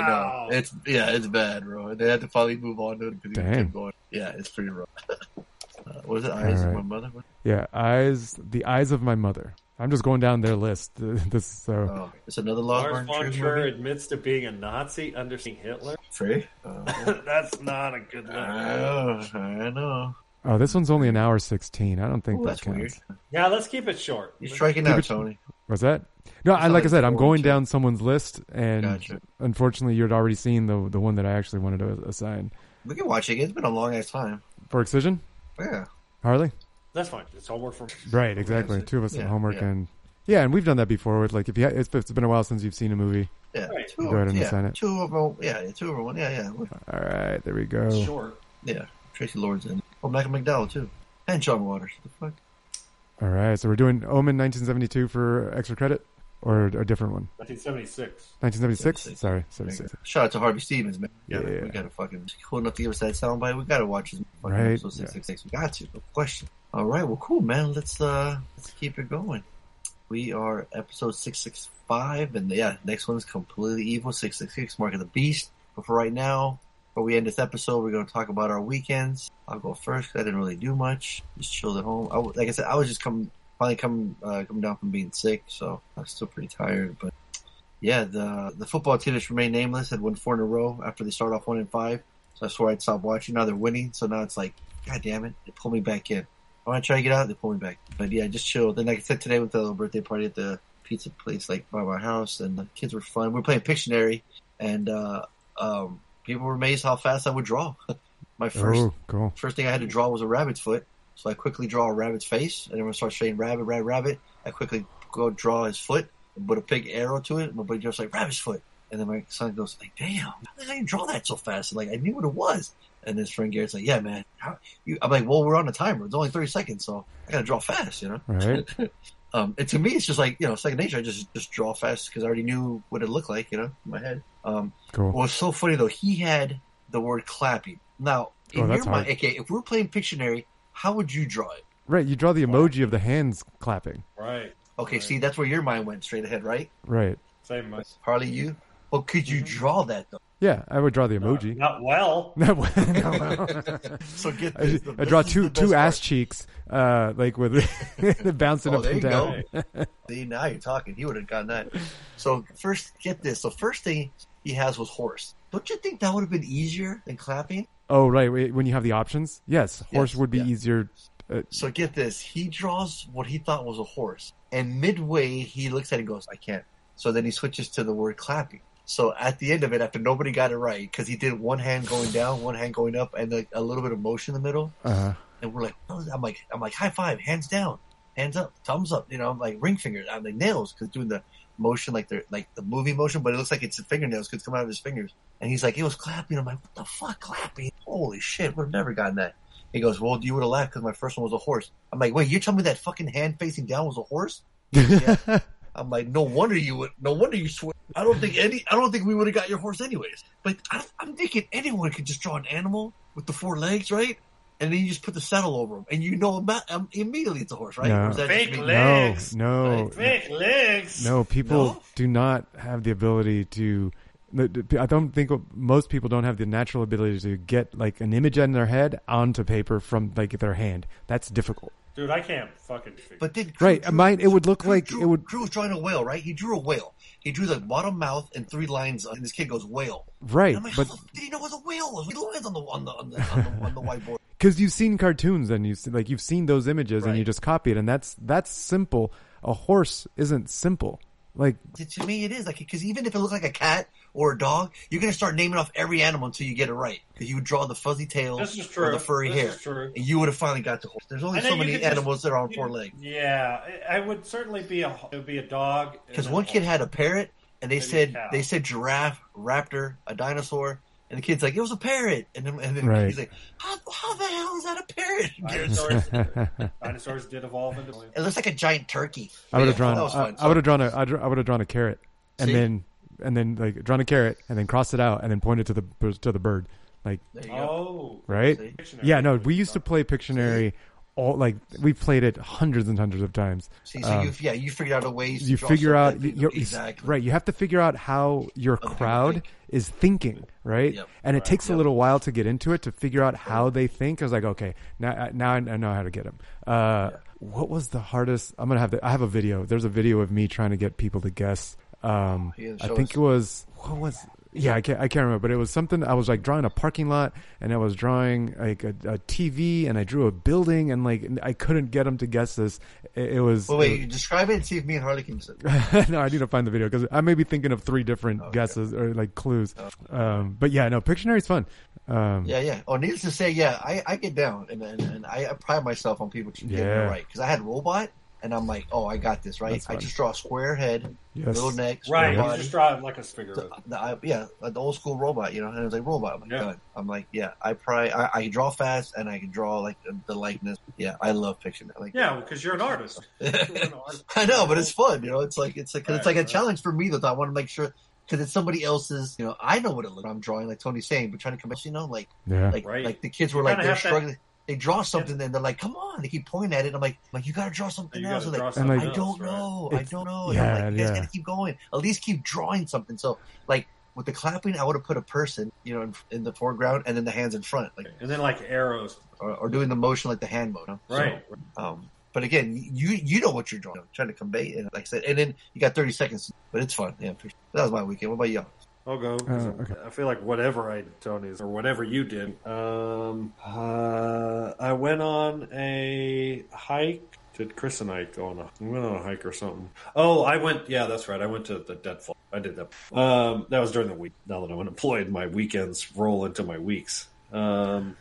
know. It's yeah, it's bad, bro. They had to finally move on to it because he
Damn.
kept going. Yeah, it's pretty rough. Uh, was it
All
eyes of
right.
my mother?
Yeah, eyes. The eyes of my mother. I'm just going down their list. This so
Oh, It's another
Lars
Lars
von
Trier
Trier
movie?
admits to being a Nazi under seeing Hitler.
Free?
That's not a good
Oh,
one.
I know.
oh, this one's only an hour sixteen. I don't think
Ooh,
that
that's
counts.
weird.
Yeah, let's keep it short.
You're striking
Keep
out,
it-
Tony.
Was that? No, I,
not
like I
like
said, I'm
four or
going
two.
down someone's list, and
Gotcha.
unfortunately, you would already seen the the one that I actually wanted to assign
We can watch it. It's been a long ass time.
for excision.
Yeah.
Harley,
That's fine. It's homework for me.
right? Exactly. Two of us
Yeah,
at homework,
yeah.
and yeah, and we've done that before. With like, if you ha- if it's been a while since you've seen a movie,
Yeah, two,
go ahead and
yeah,
assign it.
Two of them, yeah, yeah, two of them, yeah, yeah.
All right, there we go.
Oh.
Short.
Yeah, Tracy Lords in. it. Oh, Michael McDowell too, and John Waters. The fuck?
All right, so we're doing Omen 1972 for extra credit, or a different one.
1976.
1976. Sorry, 76.
Shout out to Harvey Stevens, man.
Yeah.
we gotta fucking cool enough to give us that soundbite. We gotta watch his fucking
Right,
episode six six six. We got to. No question. All right, well, cool, man. Let's uh, let's keep it going. We are episode six six five, and yeah, next one's completely evil six six six. Mark of the Beast. But for right now, before we end this episode, we're gonna talk about our weekends. I'll go first. 'cause I didn't really do much. Just chilled at home. I w like I said, I was just coming finally come uh, come down from being sick, so I'm still pretty tired, but. Yeah, the the football team that's remained nameless had won four in a row after they started off one and five. So I swore I'd stop watching. Now they're winning, so now it's like, God damn it, they pull me back in. I want to try to get out, they pull me back. But yeah, just chill. Then like I said today with the little birthday party at the pizza place like by my house and the kids were fun. We were playing Pictionary and uh um people were amazed how fast I would draw. my first
Oh, cool.
First thing I had to draw was a rabbit's foot. So I quickly draw a rabbit's face, and everyone starts saying rabbit, rabbit, rabbit. I quickly go draw his foot and put a big arrow to it. And my buddy Jeff's like, rabbit's foot. And then my son goes, like, damn, how did you draw that so fast? And like, I knew what it was. And his friend Garrett's like, yeah, man. How? You? I'm like, well, we're on a timer. It's only 30 seconds, so I got to draw fast, you know?
Right.
Um, and to me, it's just like you know, second nature. I just just draw fast because I already knew what it looked like, you know, in my head. Um,
Cool.
What was so funny though, he had the word clapping. Now, in
Oh,
your
that's
mind,
hard.
okay, if we're playing Pictionary, how would you draw it?
Right, you draw the emoji of the hands clapping.
Right.
Okay, see, that's where your mind went straight ahead, right?
Right.
Same much.
Harley, you. Well, could you
Mm-hmm.
draw that though?
Yeah, I would draw the emoji.
Not well.
Not well.
so get
I,
this. the-
I draw
this is
two
the
two
best
ass cheeks, uh, like with the bouncing
Oh,
up
there
and
you
down.
go. See, now you're talking. He would have gotten that. So first, get this. The first thing he has was horse. Don't you think that would have been easier than clapping?
Oh, right. wait, When you have the options, yes, horse would be easier. Uh,
So get this. He draws what he thought was a horse, and midway he looks at it and goes, "I can't." So then he switches to the word clapping. So at the end of it, after nobody got it right, because he did one hand going down, one hand going up, and like a little bit of motion in the middle,
uh,
and we're like, "What was-" I'm like, I'm like, high five, hands down, hands up, thumbs up. You know, I'm like ring fingers. I'm like nails because doing the motion like they're like the movie motion, but it looks like it's fingernails because it's coming out of his fingers. And he's like, it was clapping. I'm like, what the fuck, clapping? Holy shit, would have never gotten that. He goes, well, you would have laughed because my first one was a horse. I'm like, wait, you tell me that fucking hand facing down was a horse? Yeah. I'm like, no wonder you would. No wonder you swear. I don't think any. I don't think we would have got your horse anyways. But I, I'm thinking anyone could just draw an animal with the four legs, right? And then you just put the saddle over him, and you know ima- um, immediately it's a horse, right? Or
no.
is that just me?
no, no,
Fake legs.
no. People do not have the ability to. I don't think most people don't have the natural ability to get like an image in their head onto paper from like their hand. That's difficult.
Dude, I can't fucking figure
But did
Right, mine. It would look like
Drew,
it would.
Drew was drawing a whale, right? He drew a whale. He drew the bottom mouth and three lines, and this kid goes whale.
Right,
And I'm like,
but-
how the f- did he know it was a whale? There's three lines on the on the on the, on the, on the whiteboard.
because you've seen cartoons and you see, like you've seen those images and you just copy it and that's that's simple a horse isn't simple like
To- To me, it is like because even if it looked like a cat or a dog, you're gonna start naming off every animal until you get it right. Because you would draw the fuzzy tail,
This is
or
true.
the furry
This
hair,
is true.
and you would have finally got the horse. There's only
And
so
then you
many
could just-
animals that are on
you-
four legs.
Yeah, I- I would certainly be a it would be a dog.
Because
and a
one kid had a parrot, and they
Maybe a
said
cow.
they said giraffe, raptor, a dinosaur, and the kid's like, "It was a parrot," and then, and then
Right.
he's like, how, "How the hell is that a parrot?"
Dinosaurs, dinosaurs did evolve into.
It looks like a giant turkey.
i would
Yeah,
have drawn
that
I,
was fun.
I would have drawn a I, dr- I would have drawn a carrot and
See?
then and then like drawn a carrot and then crossed it out and then pointed to the to the bird like
Oh,
right
Pictionary.
yeah no we used to play pictionary all like we played it hundreds and hundreds of times.
See, so
Um,
you yeah, you figured out a way.
you figure out you- you-
exactly.
right you have to figure out how your crowd is thinking right and it takes a little while to get into it to figure out how they think i was like okay now now i know how to get them uh, what was the hardest i'm gonna have to i have a video there's a video of me trying to get people to guess um,
Yeah,
i
show
think
us.
it was what was yeah, I can't, I can't remember, but it was something. I was like drawing a parking lot, and I was drawing like a, a TV, and I drew a building, and like I couldn't get them to guess this. It, it was
Well,
it
wait,
was-
you describe it and see if me and Harley can. sit-
no, I need to find the video because I may be thinking of three different guesses or like clues. Um, but yeah, no, Pictionary's fun. Um,
Yeah, yeah. Oh, needless to say, yeah, I, I get down and, and, and I, I pride myself on people getting
Yeah.
it right because I had robot and I'm like, oh, I got this right.
That's
I
fine.
just draw a square head,
Yes.
little neck, square
Right, you
body.
just drive like a figure.
The, the, I, yeah, like the old school robot, you know. And I was like, robot. I'm like, done. I'm like, yeah. I probably I, I can draw fast and I can draw like the likeness. Yeah, I love fiction. Like,
Yeah, because you're an artist.
I know, but it's fun. You know, it's like it's like 'cause it's like a challenge for me though. that I want to make sure because it's somebody else's. You know, I know what it looks. I'm drawing like Tony's saying, but trying to come. You know, like
Yeah.
like
Right.
like the kids were
You
like
kinda
they're
have to-
struggling. They draw something and they're like, "Come on!" They keep pointing at it. I'm like, "Like you gotta draw something
You
else."
gotta
They're
draw
like,
something
I
else,
don't
right.
know. I
It's-
don't know. And I'm
yeah,
like, you guys
yeah.
gotta keep going. At least keep drawing something. So like with the clapping, I would have put a person, you know, in, in the foreground and then the hands in front, like
And then like arrows.
or, or doing the motion like the hand motion.
Right.
Um, but again, you you know what you're drawing, trying to convey, and like I said, and then you got 30 seconds, but it's fun. Yeah, for sure. that was my weekend. What about y'all?
I'll go. 'cause
Uh, okay.
I feel like whatever I Tony's or whatever you did. Um, uh, I went on a hike. Did Chris and I go on a? We went on a hike or something. Oh, I went. Yeah, that's right. I went to the Deadfall. I did that. Um, that was during the week. Now that I'm unemployed, my weekends roll into my weeks. Um,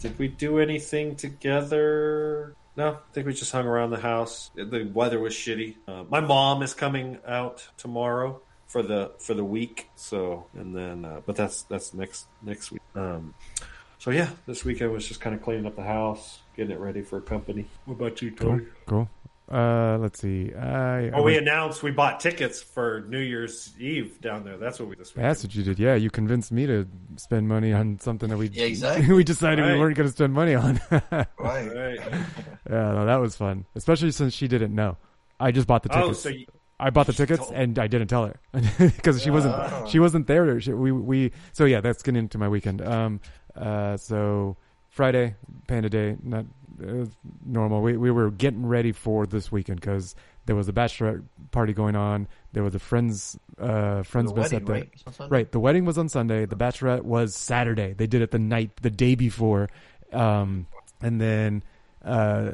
did we do anything together? No, I think we just hung around the house. The weather was shitty. Uh, my mom is coming out tomorrow for the for the week. So and then, uh, but that's that's next next week. Um, so yeah, this weekend was just kind of cleaning up the house, getting it ready for company. What about you,
cool,
Tony?
cool. Uh, let's see. I,
Oh, we announced we bought tickets for New Year's Eve down there. That's what we this weekend.
that's what you did. Yeah, you convinced me to spend money on something that we
Yeah, exactly.
we decided
Right.
we weren't going to spend money on. yeah,
Right.
Right.
no, that was fun, especially since she didn't know. I just bought the tickets.
Oh, so you,
I bought the tickets
told-
and I didn't tell her because she wasn't
Ah.
she wasn't there. She, we we so yeah, that's getting into my weekend. Um, uh, so Friday Panda Day, not uh, normal. We we were getting ready for this weekend because there was a bachelorette party going on. There was a friends uh friends
The
miss
wedding,
at the
right? It's on Sunday?
right. The wedding was on Sunday. The bachelorette was Saturday. They did it the night the day before, um, and then uh,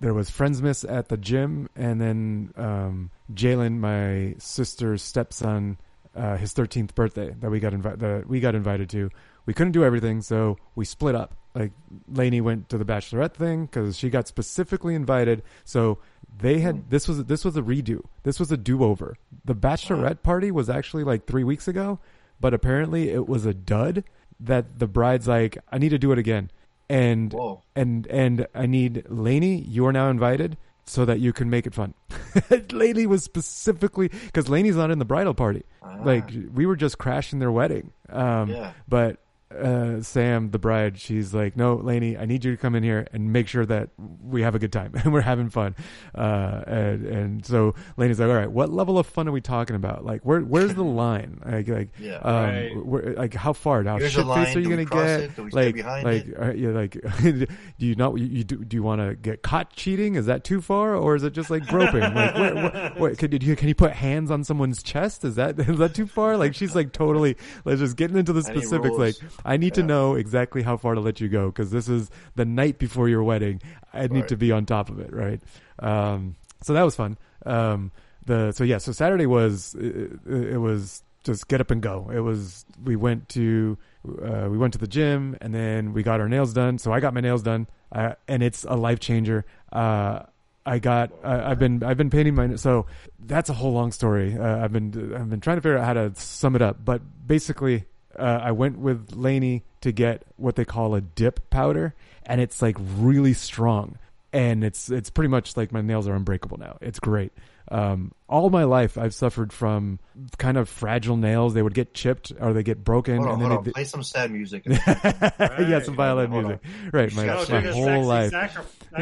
there was friends miss at the gym, and then um, Jalen, my sister's stepson, uh, his thirteenth birthday that we got invited that we got invited to. We couldn't do everything, so we split up. Like Lainey went to the bachelorette thing because she got specifically invited, so they had this was this was a redo. This was a do over. The bachelorette party was actually like three weeks ago, but apparently it was a dud. That the bride's like, I need to do it again, and
Whoa.
and and I need Lainey. You are now invited so that you can make it fun. Lainey was specifically because Lainey's not in the bridal party. Like we were just crashing their wedding. Um,
Ah. Yeah.
But uh, Sam, the bride, she's like, "No, Lainey, I need you to come in here and make sure that we have a good time and we're having fun." Uh, and, and so Lainey's like, "All right, what level of fun are we talking about? Like, where where's the line? Like, like,
Yeah.
um,
Right.
where, like how far? How
Here's
shit
the line.
faced are
Do
you
we
gonna
cross
get?
it? Do we stay
like,
behind
like,
it?
are you like, do you not? You, you do? Do you want to get caught cheating? Is that too far, or is it just like groping? like, what, what, what can you can you put hands on someone's chest? Is that is that too far? Like, she's like totally like just getting into the
I need
specifics. Like,
rules.
I need to know exactly how far to let you go because this is the night before your wedding. I need
Right.
to be on top of it, right? Um, so that was fun. Um, the so yeah, so Saturday was it, it it was just get up and go. It was we went to uh, we went to the gym and then we got our nails done. So I got my nails done, uh, and it's a life changer. Uh, I got I, I've been I've been painting my so that's a whole long story. Uh, I've been I've been trying to figure out how to sum it up, but basically uh, I went with Laney to get what they call a dip powder, and it's like really strong, and it's it's pretty much like my nails are unbreakable now. It's great. Um, all my life, I've suffered from kind of fragile nails. They would get chipped or they get broken,
Hold on,
and
hold
then
on.
they'd-
Play some sad music.
yeah, some violin
Hold
music.
on.
Right, my,
You
oh,
gotta
my
do the
whole
sexy
life.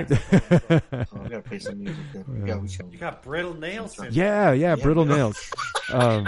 saxophone. Oh, we gotta play some music. Then. We
Uh,
gotta- we should-
You got brittle nails. in it.
yeah, yeah, brittle
man.
nails. Um,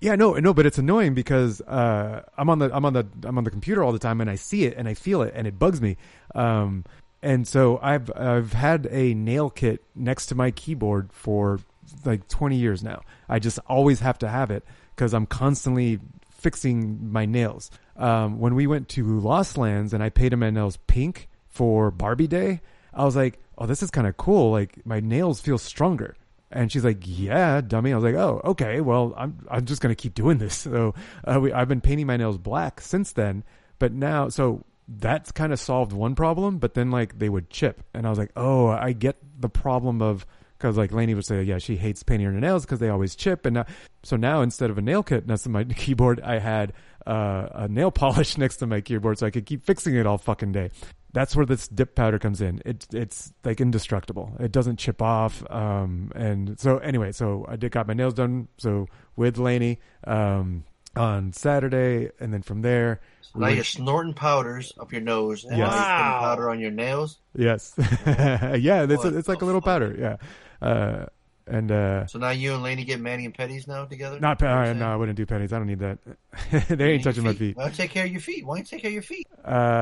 yeah, no, no, but it's annoying because uh, I'm on the I'm on the I'm on the computer all the time, and I see it and I feel it, and it bugs me. Um, and so I've I've had a nail kit next to my keyboard for like 20 years now. I just always have to have it because I'm constantly fixing my nails. Um, when we went to Lost Lands and I painted my nails pink for Barbie Day, I was like, "Oh, this is kind of cool. Like my nails feel stronger." And she's like, "Yeah, dummy." I was like, "Oh, okay. Well, I'm I'm just gonna keep doing this." So uh, we, I've been painting my nails black since then. But now, so that's kind of solved one problem. But then, like, they would chip, and I was like, "Oh, I get the problem of." Because like Lainey would say, yeah, she hates painting her nails because they always chip, and now, so now instead of a nail kit next to my keyboard, I had uh, a nail polish next to my keyboard, so I could keep fixing it all fucking day that's where this dip powder comes in. It, it's like indestructible. It doesn't chip off. Um, and so anyway, so I did got my nails done. So with Laney, um, on Saturday, and then from there, we
Now
were-
you're snorting powders up your nose, and
Yes.
now you're putting powder on your nails.
yes, yeah, it's,
What
it's like a little powder. Yeah. Uh, and, uh,
So now you and Laney get Manny and Petties now together.
not, pe- I, no, I wouldn't do pennies. I don't need that. they ain't touching my feet.
Well, take care of your feet. Why don't you take care of your feet?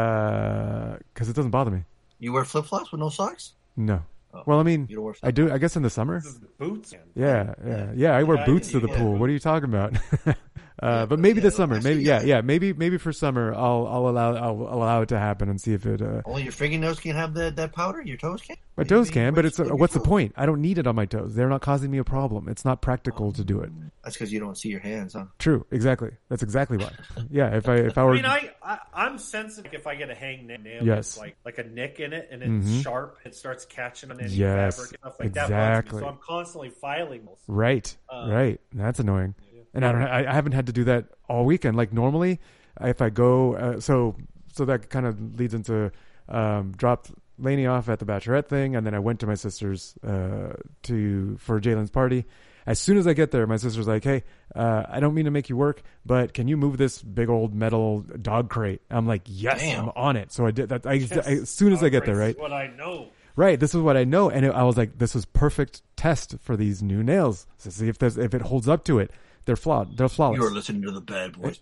Uh, cause it doesn't bother me.
You wear flip flops with no socks.
No. Well, I mean,
Oh. You don't wear
I do, I guess in the summer.
Boots.
Yeah, yeah, yeah. I wear
Yeah,
boots
you
to the
wear
pool. What are you talking about? uh, but maybe this summer. Maybe yeah, yeah. Maybe maybe for summer, I'll I'll allow I'll allow it to happen and see if it. Uh,
Only your fingernails can have that that powder. Your toes can't.
my toes can, but it's uh, what's the point? I don't need it on my toes. They're not causing me a problem. It's not practical to do it.
That's because you don't see your hands, huh?
True. Exactly. That's exactly why. Yeah. If I if I
I
were
mean, I, I I'm sensitive if I get a hang nail, nail
Yes.
that's like like a nick in it, and it's
Mhm.
sharp. It starts catching on any
Yes,
fabric and stuff like that. bugs me.
exactly.
So I'm constantly filing those.
Right,
Um,
right. That's annoying. And I don't. I, I haven't had to do that all weekend. Like normally, I- if I go, uh, so so that kind of leads into um, dropped Laney off at the bachelorette thing, and then I went to my sister's uh, to for Jalen's party. As soon as I get there, my sister's like, "Hey, uh, I don't mean to make you work, but can you move this big old metal dog crate?" I'm like, "Yes,
Damn.
I'm on it." So I did that. I,
Yes.
I- as soon as I get there, right?
This is What I know.
Right. This is what I know, and it, I was like, this is perfect test for these new nails. To see if there's if it holds up to it. They're flawed. They're flawless.
You are listening to the Bad Boys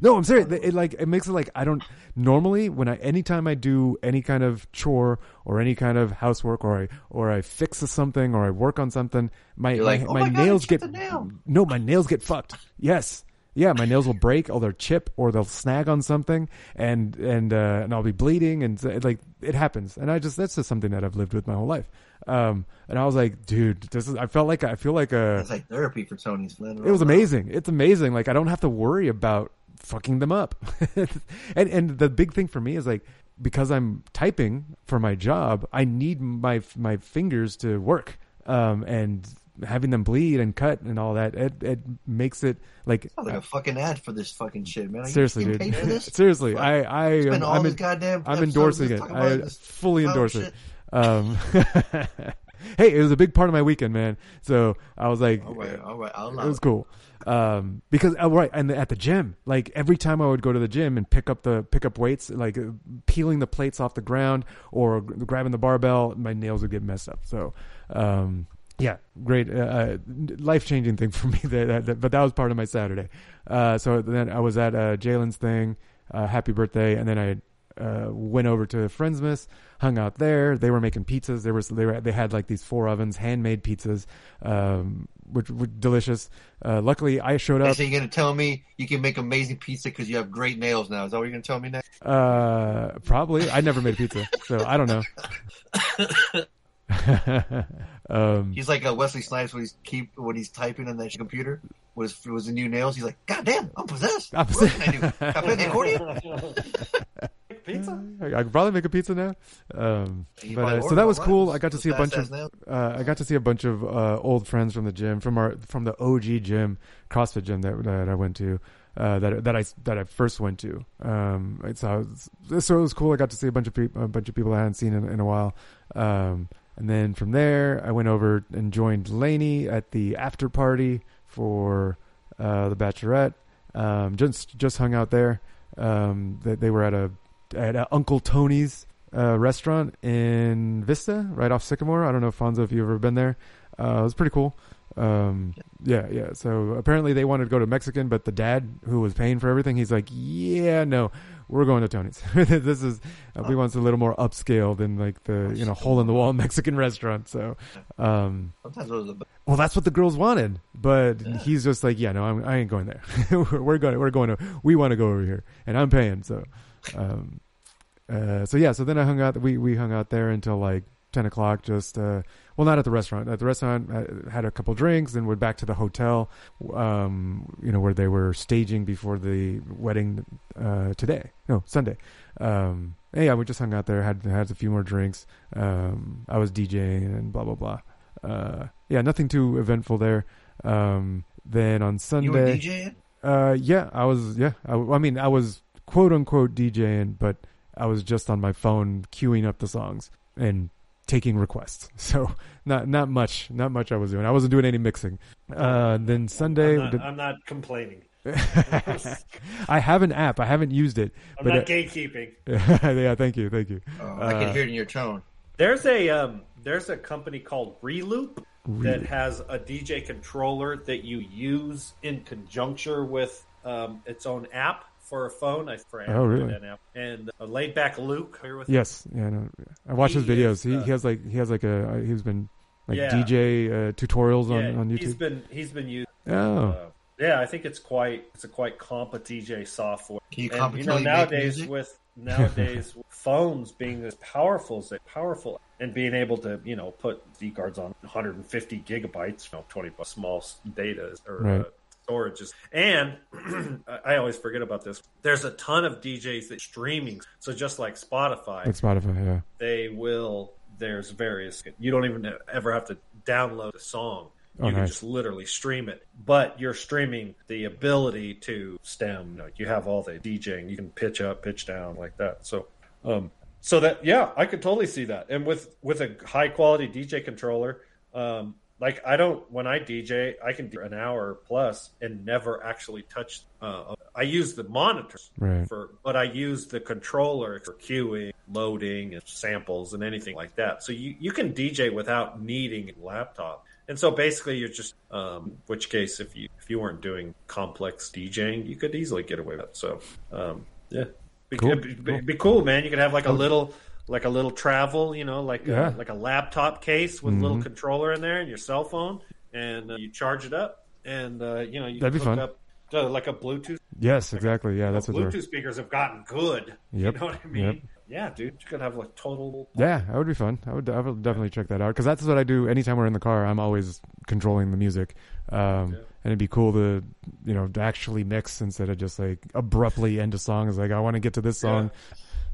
no, I'm serious. It, it, like it makes it like I don't normally when I anytime I do any kind of chore or any kind of housework or I or I fix something or I work on something, my
You're
my,
like, "Oh
my
my God, I
nails
chipped
get
a nail."
no, my nails get fucked. Yes. Yeah, my nails will break, or they'll chip, or they'll snag on something, and and uh, and I'll be bleeding, and so it, like it happens. And I just that's just something that I've lived with my whole life. Um, and I was like, dude, this is. I felt like I feel like a
It's like therapy for Tony's. It
it was amazing. It's amazing. Like I don't have to worry about fucking them up. and and the big thing for me is like because I'm typing for my job, I need my my fingers to work. Um and having them bleed and cut and all that, it it makes it like
Sounds like a fucking ad for this fucking shit, man. Are you
seriously,
getting
dude.
paid for this?
seriously, I I
Spend
am-
all
I'm,
this
en-
goddamn
I'm
episode
endorsing
just
it.
talking
I
about this
fully
foul
endorse
shit.
it. Um, hey, it was a big part of my weekend, man. So I was like,
All right, all right, I'll allow
it was
it.
cool. Um, because oh, right, and at the gym, like every time I would go to the gym and pick up the pick up weights, like uh, peeling the plates off the ground or g- grabbing the barbell, my nails would get messed up. So, um, yeah, great, uh, uh, life changing thing for me. That, that, that- but that was part of my Saturday. Uh, so then I was at uh, Jalen's thing, uh, happy birthday, and then I uh, went over to Friendsmas, hung out there. They were making pizzas. There was they were they had like these four ovens, handmade pizzas, um, which were delicious. Uh, luckily, I showed
Okay,
up.
so you're gonna tell me you can make amazing pizza because you have great nails now? Is that what you're gonna tell me next?
Uh, probably I never made pizza, so I don't know. um,
He's like uh, Wesley Snipes when he's keep when he's typing on that computer with his, with his new nails. He's like, God damn, I'm possessed.
I'm
What can I do? Can I play the accordion?
Pizza.
I could probably make a pizza now. Um,
You
but,
might
uh, so
order
that was
one.
cool. I got to
Those
see a bunch
fast-ass
of
nails.
uh, I got to see a bunch of uh, old friends from the gym from our from the OG gym CrossFit gym that that I went to. Uh, that that I that I first went to, um, it's, so it was cool. I got to see a bunch of people, a bunch of people I hadn't seen in, in a while, um, And then from there, I went over and joined Laney at the after party for uh, the Bachelorette. Um, just just hung out there. Um, they, they were at a at a Uncle Tony's uh, restaurant in Vista, right off Sycamore. I don't know, Fonzo, if you've ever been there. Uh, it was pretty cool. Um, yeah, yeah. So apparently they wanted to go to Mexican, but the dad who was paying for everything, he's like, "Yeah, no, we're going to Tony's. this is uh, we want a little more upscale than like the you know hole in the wall Mexican restaurant." So, um,
Sometimes it was the best.
well, that's what the girls wanted, but he's just like, "Yeah, no, I'm, I ain't going there. we're, we're going, we're going to, we want to go over here, and I'm paying." So, um, uh, so yeah, so then I hung out. We we hung out there until like ten o'clock. Just uh, well, not at the restaurant. At the restaurant, I had a couple drinks, and went back to the hotel. Um, you know where they were staging before the wedding uh, today. No, Sunday. Um, and yeah, we just hung out there. Had had a few more drinks. Um, I was DJing and blah blah blah. Uh, yeah, nothing too eventful there. Um, then on Sunday,
You were DJing?
uh, yeah, I was. Yeah, I, I mean, I was quote unquote DJing, but I was just on my phone queuing up the songs and taking requests. So not not much, not much I was doing. I wasn't doing any mixing. Uh, then Sunday,
I'm
did-
not, I'm not complaining.
I have an app. I haven't used it.
I'm
but
not Oh.
uh,
gatekeeping.
yeah, thank you, thank you.
I can
Uh,
hear it in your tone.
There's a um, there's a company called Reloop that
Reloop.
has a DJ controller that you use in conjunction with um, its own app for a phone. I for
Oh, really?
That app. And a laid back Luke here with
Yes, yeah, I know. I watch his
He
videos.
is,
He,
uh,
he has like he has like a uh, he's been like
Yeah.
DJ uh, tutorials on
yeah,
on
He's
YouTube.
been he's been using.
Oh.
uh, yeah, I think it's quite it's a quite comp a DJ software.
Can you
and, you know
competently make
nowadays
music?
with nowadays with phones being as powerful as they powerful and being able to you know put Z cards on 150 gigabytes, you know, 20 bucks small s- data or
Right.
uh, storage is and I I always forget about this. There's a ton of DJs that streaming, so just like Spotify,
Like Spotify, yeah.
they will there's various you don't even ever have to download the song you
Oh,
can
nice.
just literally stream it but you're streaming the ability to stem you, know, you have all the djing you can pitch up pitch down like that so um so that yeah i could totally see that and with with a high quality dj controller um like i don't when i dj i can do an hour plus and never actually touch uh i use the monitors
Right.
for but I use the controller for queuing, loading, and samples and anything like that. So you, you can DJ without needing a laptop. And so basically you're just um, which case if you if you weren't doing complex DJing, you could easily get away with it. So um, yeah. Be
Cool.
Be, be, be cool, man. You could have like a little like a little travel, you know, like
Oh. Yeah.
a, like a laptop case with a little
Mhm.
controller in there and your cell phone and uh, you charge it up and uh, you know you
That'd be
hook
fun.
up uh, like a Bluetooth
Yes, exactly. Yeah, that's what
Bluetooth
they're.
speakers have gotten good.
Yep,
You know what I mean?
yep.
Yeah, dude, you could have like total.
Yeah, that would be fun. I would, I would definitely check that out because that's what I do. Anytime we're in the car, I'm always controlling the music, um, and it'd be cool to, you know, to actually mix instead of just like abruptly end a song. It's like I want to get to this song,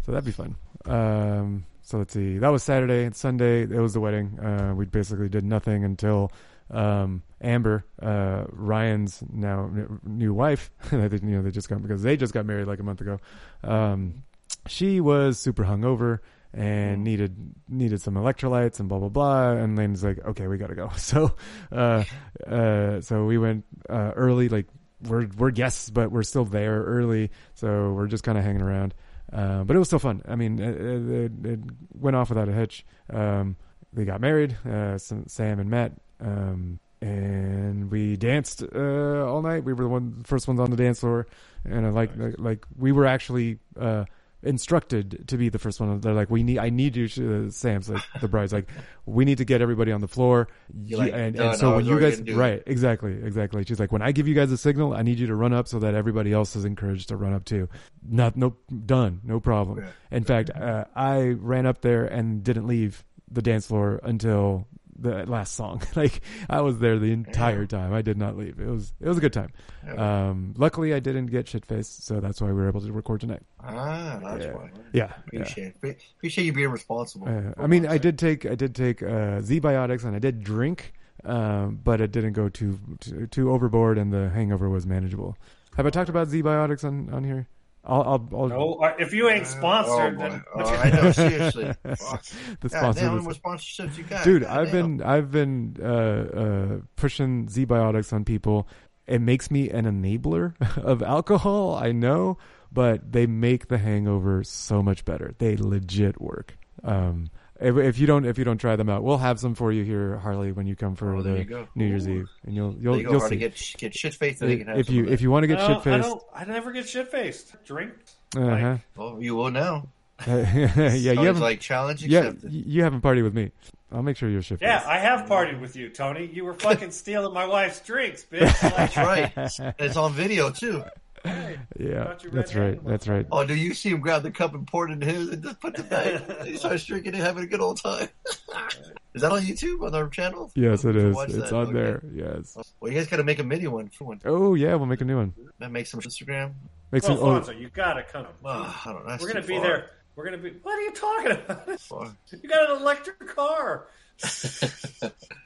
so that'd be fun. Um, so let's see. That was Saturday and Sunday. It was the wedding. Uh, we basically did nothing until um, Amber, uh, Ryan's now n- new wife. I think you know they just got because they just got married like a month ago. Um, she was super hungover and needed needed some electrolytes and blah blah blah. And Lane's like, okay, we gotta go. So, uh, uh, so we went uh, early. Like we're we're guests, but we're still there early. So we're just kind of hanging around. Uh, but it was still fun. I mean, it, it, it went off without a hitch. Um, they got married, uh, Sam Sam and Matt, um, and we danced uh, all night. We were the one first ones on the dance floor, and I like, like like we were actually uh, instructed to be the first one. They're like, we need, I need you. to-" Sam's like the bride's like, we need to get everybody on the floor.
You're
You-
like,
and,
"Done,
and so
I
when
was
you
already
guys
gonna do it."
right, exactly, exactly. She's like, when I give you guys a signal, I need you to run up so that everybody else is encouraged to run up too. Not no done, no problem. In fact, uh, I ran up there and didn't leave the dance floor until the last song. like I was there the entire time. I did not leave. It was it was a good time. Um, luckily, I didn't get shit faced, so that's why we were able to record tonight.
Ah, that's
Yeah.
why.
Yeah, yeah.
Appreciate it. Appreciate you being responsible.
Uh, I mean, I did take I did take uh, Z biotics and I did drink, um, but it didn't go too, too too overboard, and the hangover was manageable. Have I talked about Z biotics on on here? I'll, I'll, I'll
No, I- if you ain't sponsored,
boy.
then
Uh, Oh, I know, seriously.
the
God
sponsor
damn,
was-
how many more sponsorships you got?
dude.
God
I've
damn.
been I've been uh, uh, pushing Z Biotics on people. It makes me an enabler of alcohol. I know, but they make the hangover so much better. They legit work. Um, if, if you don't if you don't try them out, we'll have some for you here, Harley, when you come for
Oh, there
the
you go.
New Year's Eve, and you'll you'll
There you go,
will
Harley,
see.
get- get shit-faced and they can have
if
some
you
of that.
if you want to get
I
shit
don't- I
faced,
don't. I never get shit faced. Drink.
uh-huh.
Well, you will now.
yeah, you
always
haven't
like challenge
Yeah,
accepted.
you you haven't partied with me. I'll make sure you're shit
Yeah,
faced.
I have partied with you, Tony. You were fucking stealing my wife's drinks, bitch. Like,
That's right. it's on video too.
Yeah,
Not your
that's
red
right.
handle.
That's right.
Oh, do you see him grab the cup and pour it in his and just put the back? he starts drinking and having a good old time. Is that on YouTube on our channel?
Yes, it
You
is.
watch
It's
that,
on
okay.
there. Yes.
Well, you guys got to make a mini one for one.
Oh yeah, we'll make a new one.
And make some Instagram.
Make
well,
some.
Fonzo,
Oh,
you gotta come.
Well, I don't know. that's
We're gonna
too
be
far.
there. We're gonna be. What are you talking about?
Far.
You got an electric car.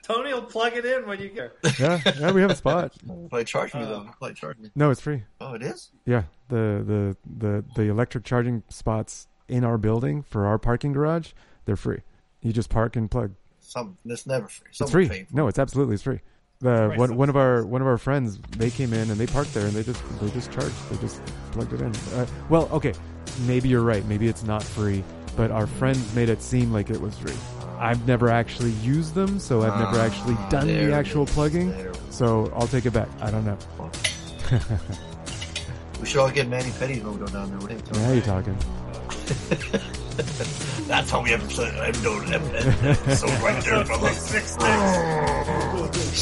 Tony will plug it in when you get.
yeah, yeah, we have a spot.
Probably charge me
Uh,
though. Probably charge me.
No, it's free.
Oh, it is.
Yeah, the the the the electric charging spots in our building for our parking garage, they're free. You just park and plug.
Something that's never free.
It's
Someone
free.
paid for it.
No, it's absolutely it's free. The one one of our one of our friends, they came in and they parked there and they just they just charged. They just plugged it in. Uh, well, okay, maybe you're right. Maybe it's not free, but our friends made it seem like it was free. I've never actually used them, so I've never actually done
Ah, there
the
it
actual
is.
plugging.
There it is.
So I'll take it back. I don't know.
We should all get Manny Petty when we go down there. What
Now you're talking.
That's how we episode. I'm doing episode right there, brother. Six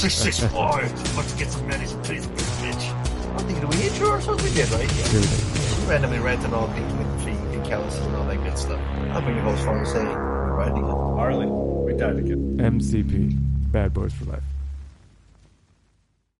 six six five. Let's get some Manny's Petty's bitch. I'm thinking, do we intro or something? We did, right? Yeah.
Dude,
randomly ranting all things with feet and calluses and all that good stuff. I've been your host, Farmer Say, riding
Harley, we died again.
MCP, bad boys for life.